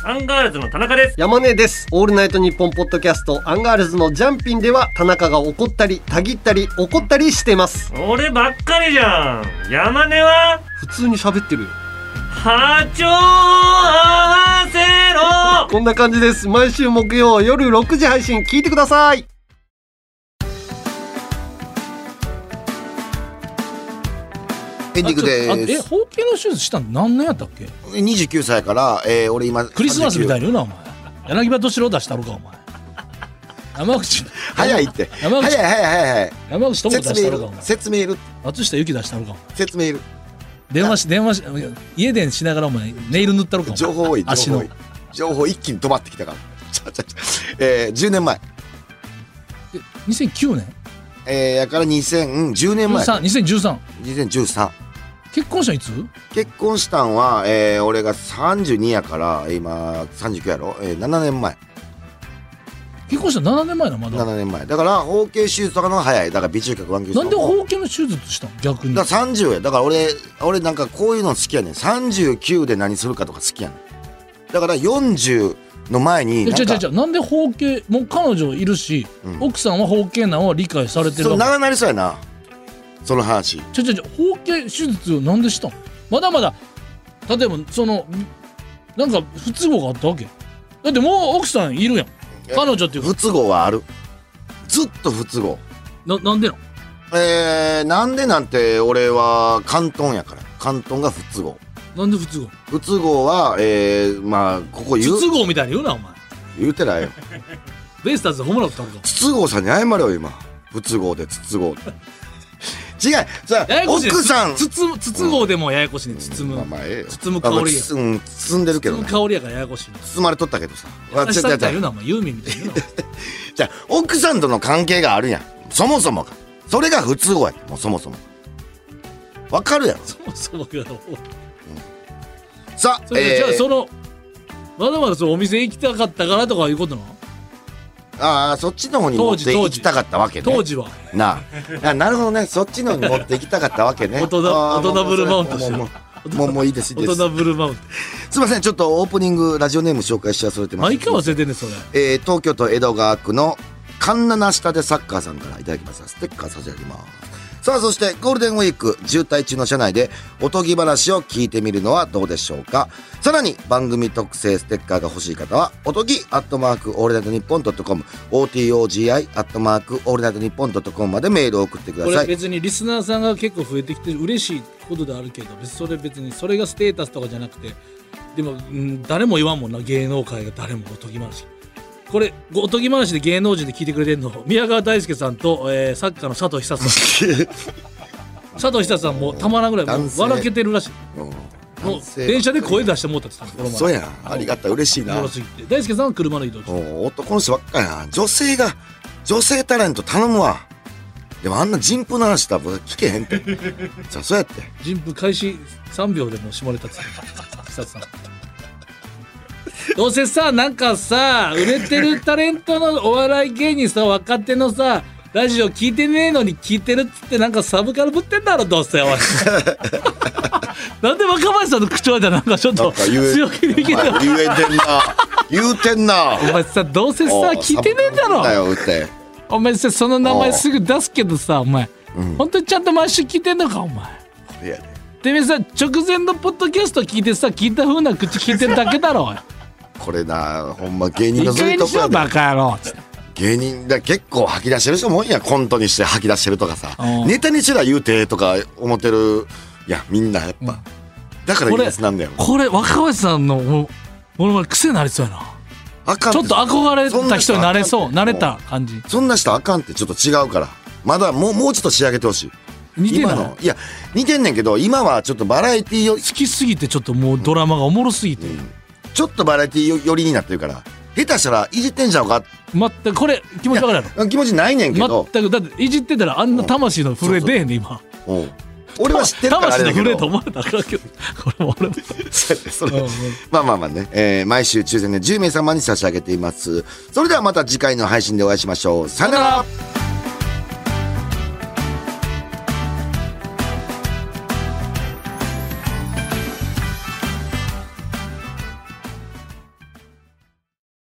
Speaker 5: ト」
Speaker 6: アンガールズの田中です。
Speaker 7: 山根です。オールナイトニッポンポッドキャストアンガールズのジャンピンでは田中が怒ったり、たぎったり、怒ったりしてます。
Speaker 6: 俺ばっかりじゃん。山根は
Speaker 7: 普通に喋ってるよ。
Speaker 6: 波長を合わせろ
Speaker 7: こんな感じです。毎週木曜夜6時配信聞いてください。
Speaker 4: エンディング
Speaker 3: あちょっとあえ
Speaker 4: です。
Speaker 3: 包茎の手術したん何年やったっけ
Speaker 4: 29歳から、えー俺今。
Speaker 3: クリスマスみたい
Speaker 4: い。
Speaker 3: に言うなお前柳葉敏郎出したろかお前山口
Speaker 4: 早いって。
Speaker 3: 山
Speaker 4: 早い
Speaker 3: 口
Speaker 4: 早い早い早い。
Speaker 3: 山口智子出
Speaker 4: 説明
Speaker 3: し
Speaker 4: い
Speaker 3: たろ
Speaker 4: る
Speaker 3: かお。前
Speaker 4: 説明いる。
Speaker 3: 松下由紀出したろかお前
Speaker 4: 説明いる。
Speaker 3: 電話し電話し家電しながらお前ネイル塗ったろかお前
Speaker 4: 情報多い。
Speaker 3: 足
Speaker 4: 情報
Speaker 3: の
Speaker 4: 多い。情報一気に止まってきたから。ちょちょちょえー10年前。
Speaker 3: 2009年
Speaker 4: えーやから2010年前。
Speaker 3: 13 2013
Speaker 4: 2013。
Speaker 3: 結婚したのいつ
Speaker 4: 結婚したんは、えー俺が32やから、今39やろ。えー7年前。
Speaker 3: 結婚したの7年前なまだ
Speaker 4: 7年前だから包茎手術とかの方が早いだから美中核腕球
Speaker 3: なんで
Speaker 4: だ
Speaker 3: 包茎の手術したの逆に
Speaker 4: から30やだから俺俺なんかこういうの好きやねん39で何するかとか好きやねんだから40の前に
Speaker 3: え
Speaker 4: なん
Speaker 3: 違う違
Speaker 4: か
Speaker 3: う違うなんで包茎もう彼女いるし、
Speaker 4: うん
Speaker 3: 奥さんは包茎なんは理解されてる
Speaker 4: そう
Speaker 3: わ
Speaker 4: 長なりそうやなその話
Speaker 3: け違う違う違う包茎手術をなんでしたんまだまだ例えばそのなんか不都合があったわけだってもう奥さんいるやん彼女っていうか
Speaker 4: 不都合はあるずっと不都合
Speaker 3: ななんでなん
Speaker 4: えー、なんでなんて俺は関東やから関東が不都合
Speaker 3: なんで不都合
Speaker 4: 不都合はえー、まあここ言う
Speaker 3: 不都合みたいに言うなお前
Speaker 4: 言うてないよ
Speaker 3: ベイスターズでホームラン打ったのか
Speaker 4: 筒香さんに謝れよ今仏合で筒香違うさ
Speaker 3: ややこしいね
Speaker 4: 奥さん
Speaker 3: つつ筒合でもややこしいね包む、
Speaker 4: まあまあええよ
Speaker 3: 包む香り
Speaker 4: ま
Speaker 3: や
Speaker 4: あまあつうん包んでるけど
Speaker 3: 包む
Speaker 4: ね
Speaker 3: 香りやからややこしいね
Speaker 4: 包まれとったけどさまあ
Speaker 3: 優しさみたいに
Speaker 4: 違う違う
Speaker 3: 言うなお前ユーミンみたいに言うな
Speaker 4: じゃあ奥さんとの関係があるやんそもそもがそれが不都合やもうそもそもわかるやろ
Speaker 3: そもそもやろ
Speaker 4: さあ
Speaker 3: それで
Speaker 4: え
Speaker 3: じゃあ
Speaker 4: ー
Speaker 3: そのまだまだそのお店行きたかったからとかいうことなの
Speaker 4: ああそっちの方に持って
Speaker 3: 当時当
Speaker 4: 行
Speaker 3: 時
Speaker 4: きたかったわけね
Speaker 3: 当時は
Speaker 4: なああなるほどねそっちの方に持って行きたかったわけね
Speaker 3: 大人
Speaker 4: あー
Speaker 3: 大人ブルーマウントしてる
Speaker 4: もうもうもうもうもういいですいい
Speaker 3: 大
Speaker 4: です
Speaker 3: 人ブルーマウント
Speaker 4: すいませんちょっとオープニングラジオネーム紹介し忘れてます
Speaker 3: 毎回忘れてんねんそれ
Speaker 4: えー東京都江戸川区のカンナナ下でサッカーさんからいただきましたステッカー差し上げますさあそしてゴールデンウィーク渋滞中の車内でおとぎ話を聞いてみるのはどうでしょうかさらに番組特製ステッカーが欲しい方はおとぎアットマークオールナイトニッポンドットコム OTOGI アットマークオールナイトニッポンドットコムまでメールを送ってくだ
Speaker 3: こ
Speaker 4: さ
Speaker 3: れ
Speaker 4: い
Speaker 3: 別にリスナーさんが結構増えてきてる嬉しいことであるけど別にそれ別にそれがステータスとかじゃなくてでも、うん、誰も言わんもんな芸能界が誰もおとぎ話これおとぎ話で芸能人で聞いてくれてるの宮川大輔さんと、えー、サッカーの佐藤 久さん佐藤久さんもたまらんぐらいも
Speaker 4: 男
Speaker 3: う
Speaker 4: 性
Speaker 3: 笑けてるらしい
Speaker 4: うん
Speaker 3: もう
Speaker 4: 男性は
Speaker 3: 電車で声出してもうたって言ってたのこの前
Speaker 4: そうやんありがたい嬉しい
Speaker 3: お
Speaker 4: な
Speaker 3: もろすぎて大輔さんは車の移動中
Speaker 4: もう男の人ばっかやな女性が女性タレント頼むわでもあんな人風の話したら僕聞けへんって。じゃあそうやって。
Speaker 3: 人風開始3秒でもう下ネタつく 久さんどうせさなんかさ売れてるタレントのお笑い芸人さ若手のさラジオ聞いてねえのに聞いてるっつってなんかサブカルぶってんだろどうせおいなんで若林さんの口調じゃなんかちょっ
Speaker 4: な
Speaker 3: と
Speaker 4: んか言え、
Speaker 3: 強気にいけた
Speaker 4: 言えてんな。言うてんな。
Speaker 3: お前 さどうせさ聞いてねえだ
Speaker 4: だ
Speaker 3: ろ
Speaker 4: よ、って。
Speaker 3: お前さその名前すぐ出すけどさお前、本当にちゃんと毎週聞いてんのかお前
Speaker 4: いや
Speaker 3: てめえさ直前のポッドキャスト聞いてさ聞いた風な口聞いてるだけ だろ
Speaker 4: これな、ほんま芸人
Speaker 3: いい
Speaker 4: の
Speaker 3: 加
Speaker 4: そうい
Speaker 3: 減
Speaker 4: う
Speaker 3: に
Speaker 4: と
Speaker 3: し
Speaker 4: こ
Speaker 3: ろ
Speaker 4: や
Speaker 3: バ
Speaker 4: で。
Speaker 3: カ野郎つって
Speaker 4: 芸人だ、結構吐き出してる人も多いんや。コントにして吐き出してるとかさ
Speaker 3: う。ん
Speaker 4: ネタにしら言うてとか思ってる。いや、みんなやっ
Speaker 3: うん
Speaker 4: ぱ。だからいいやつなんだよ。
Speaker 3: これ若林さんのもものまね癖になりそうやな
Speaker 4: あかん
Speaker 3: ち
Speaker 4: て
Speaker 3: ょっと憧れた人になれそうなれ。
Speaker 4: んな人あかんて
Speaker 3: た感じ
Speaker 4: もそんな人あかんってちょっと違うから。まだもう、もうちょっと仕上げてほしい。
Speaker 3: 似て
Speaker 4: 今
Speaker 3: ない
Speaker 4: の。いや、似てんねんけど、今はちょっとバラエティーより
Speaker 3: 好きすぎてちょっともうドラマがおもろすぎて、
Speaker 4: ちょっとバラエティ寄りになってるから、下手したらいじってんじゃんか
Speaker 3: 全くこれ気持ちわかるやろ
Speaker 4: 気持ちないねんけど、
Speaker 3: 全くだっていじってたらあんな魂の震え出えへんで今
Speaker 4: うん俺は知ってるからあれ
Speaker 3: 魂の
Speaker 4: だけ
Speaker 3: 震え
Speaker 4: ど
Speaker 3: と思われたらあかんけどこれも俺も
Speaker 4: それ
Speaker 3: うんうん
Speaker 4: まあまあまあね、えー毎週抽選で10名様に差し上げていますそれではまた次回の配信でお会いしましょうさよなら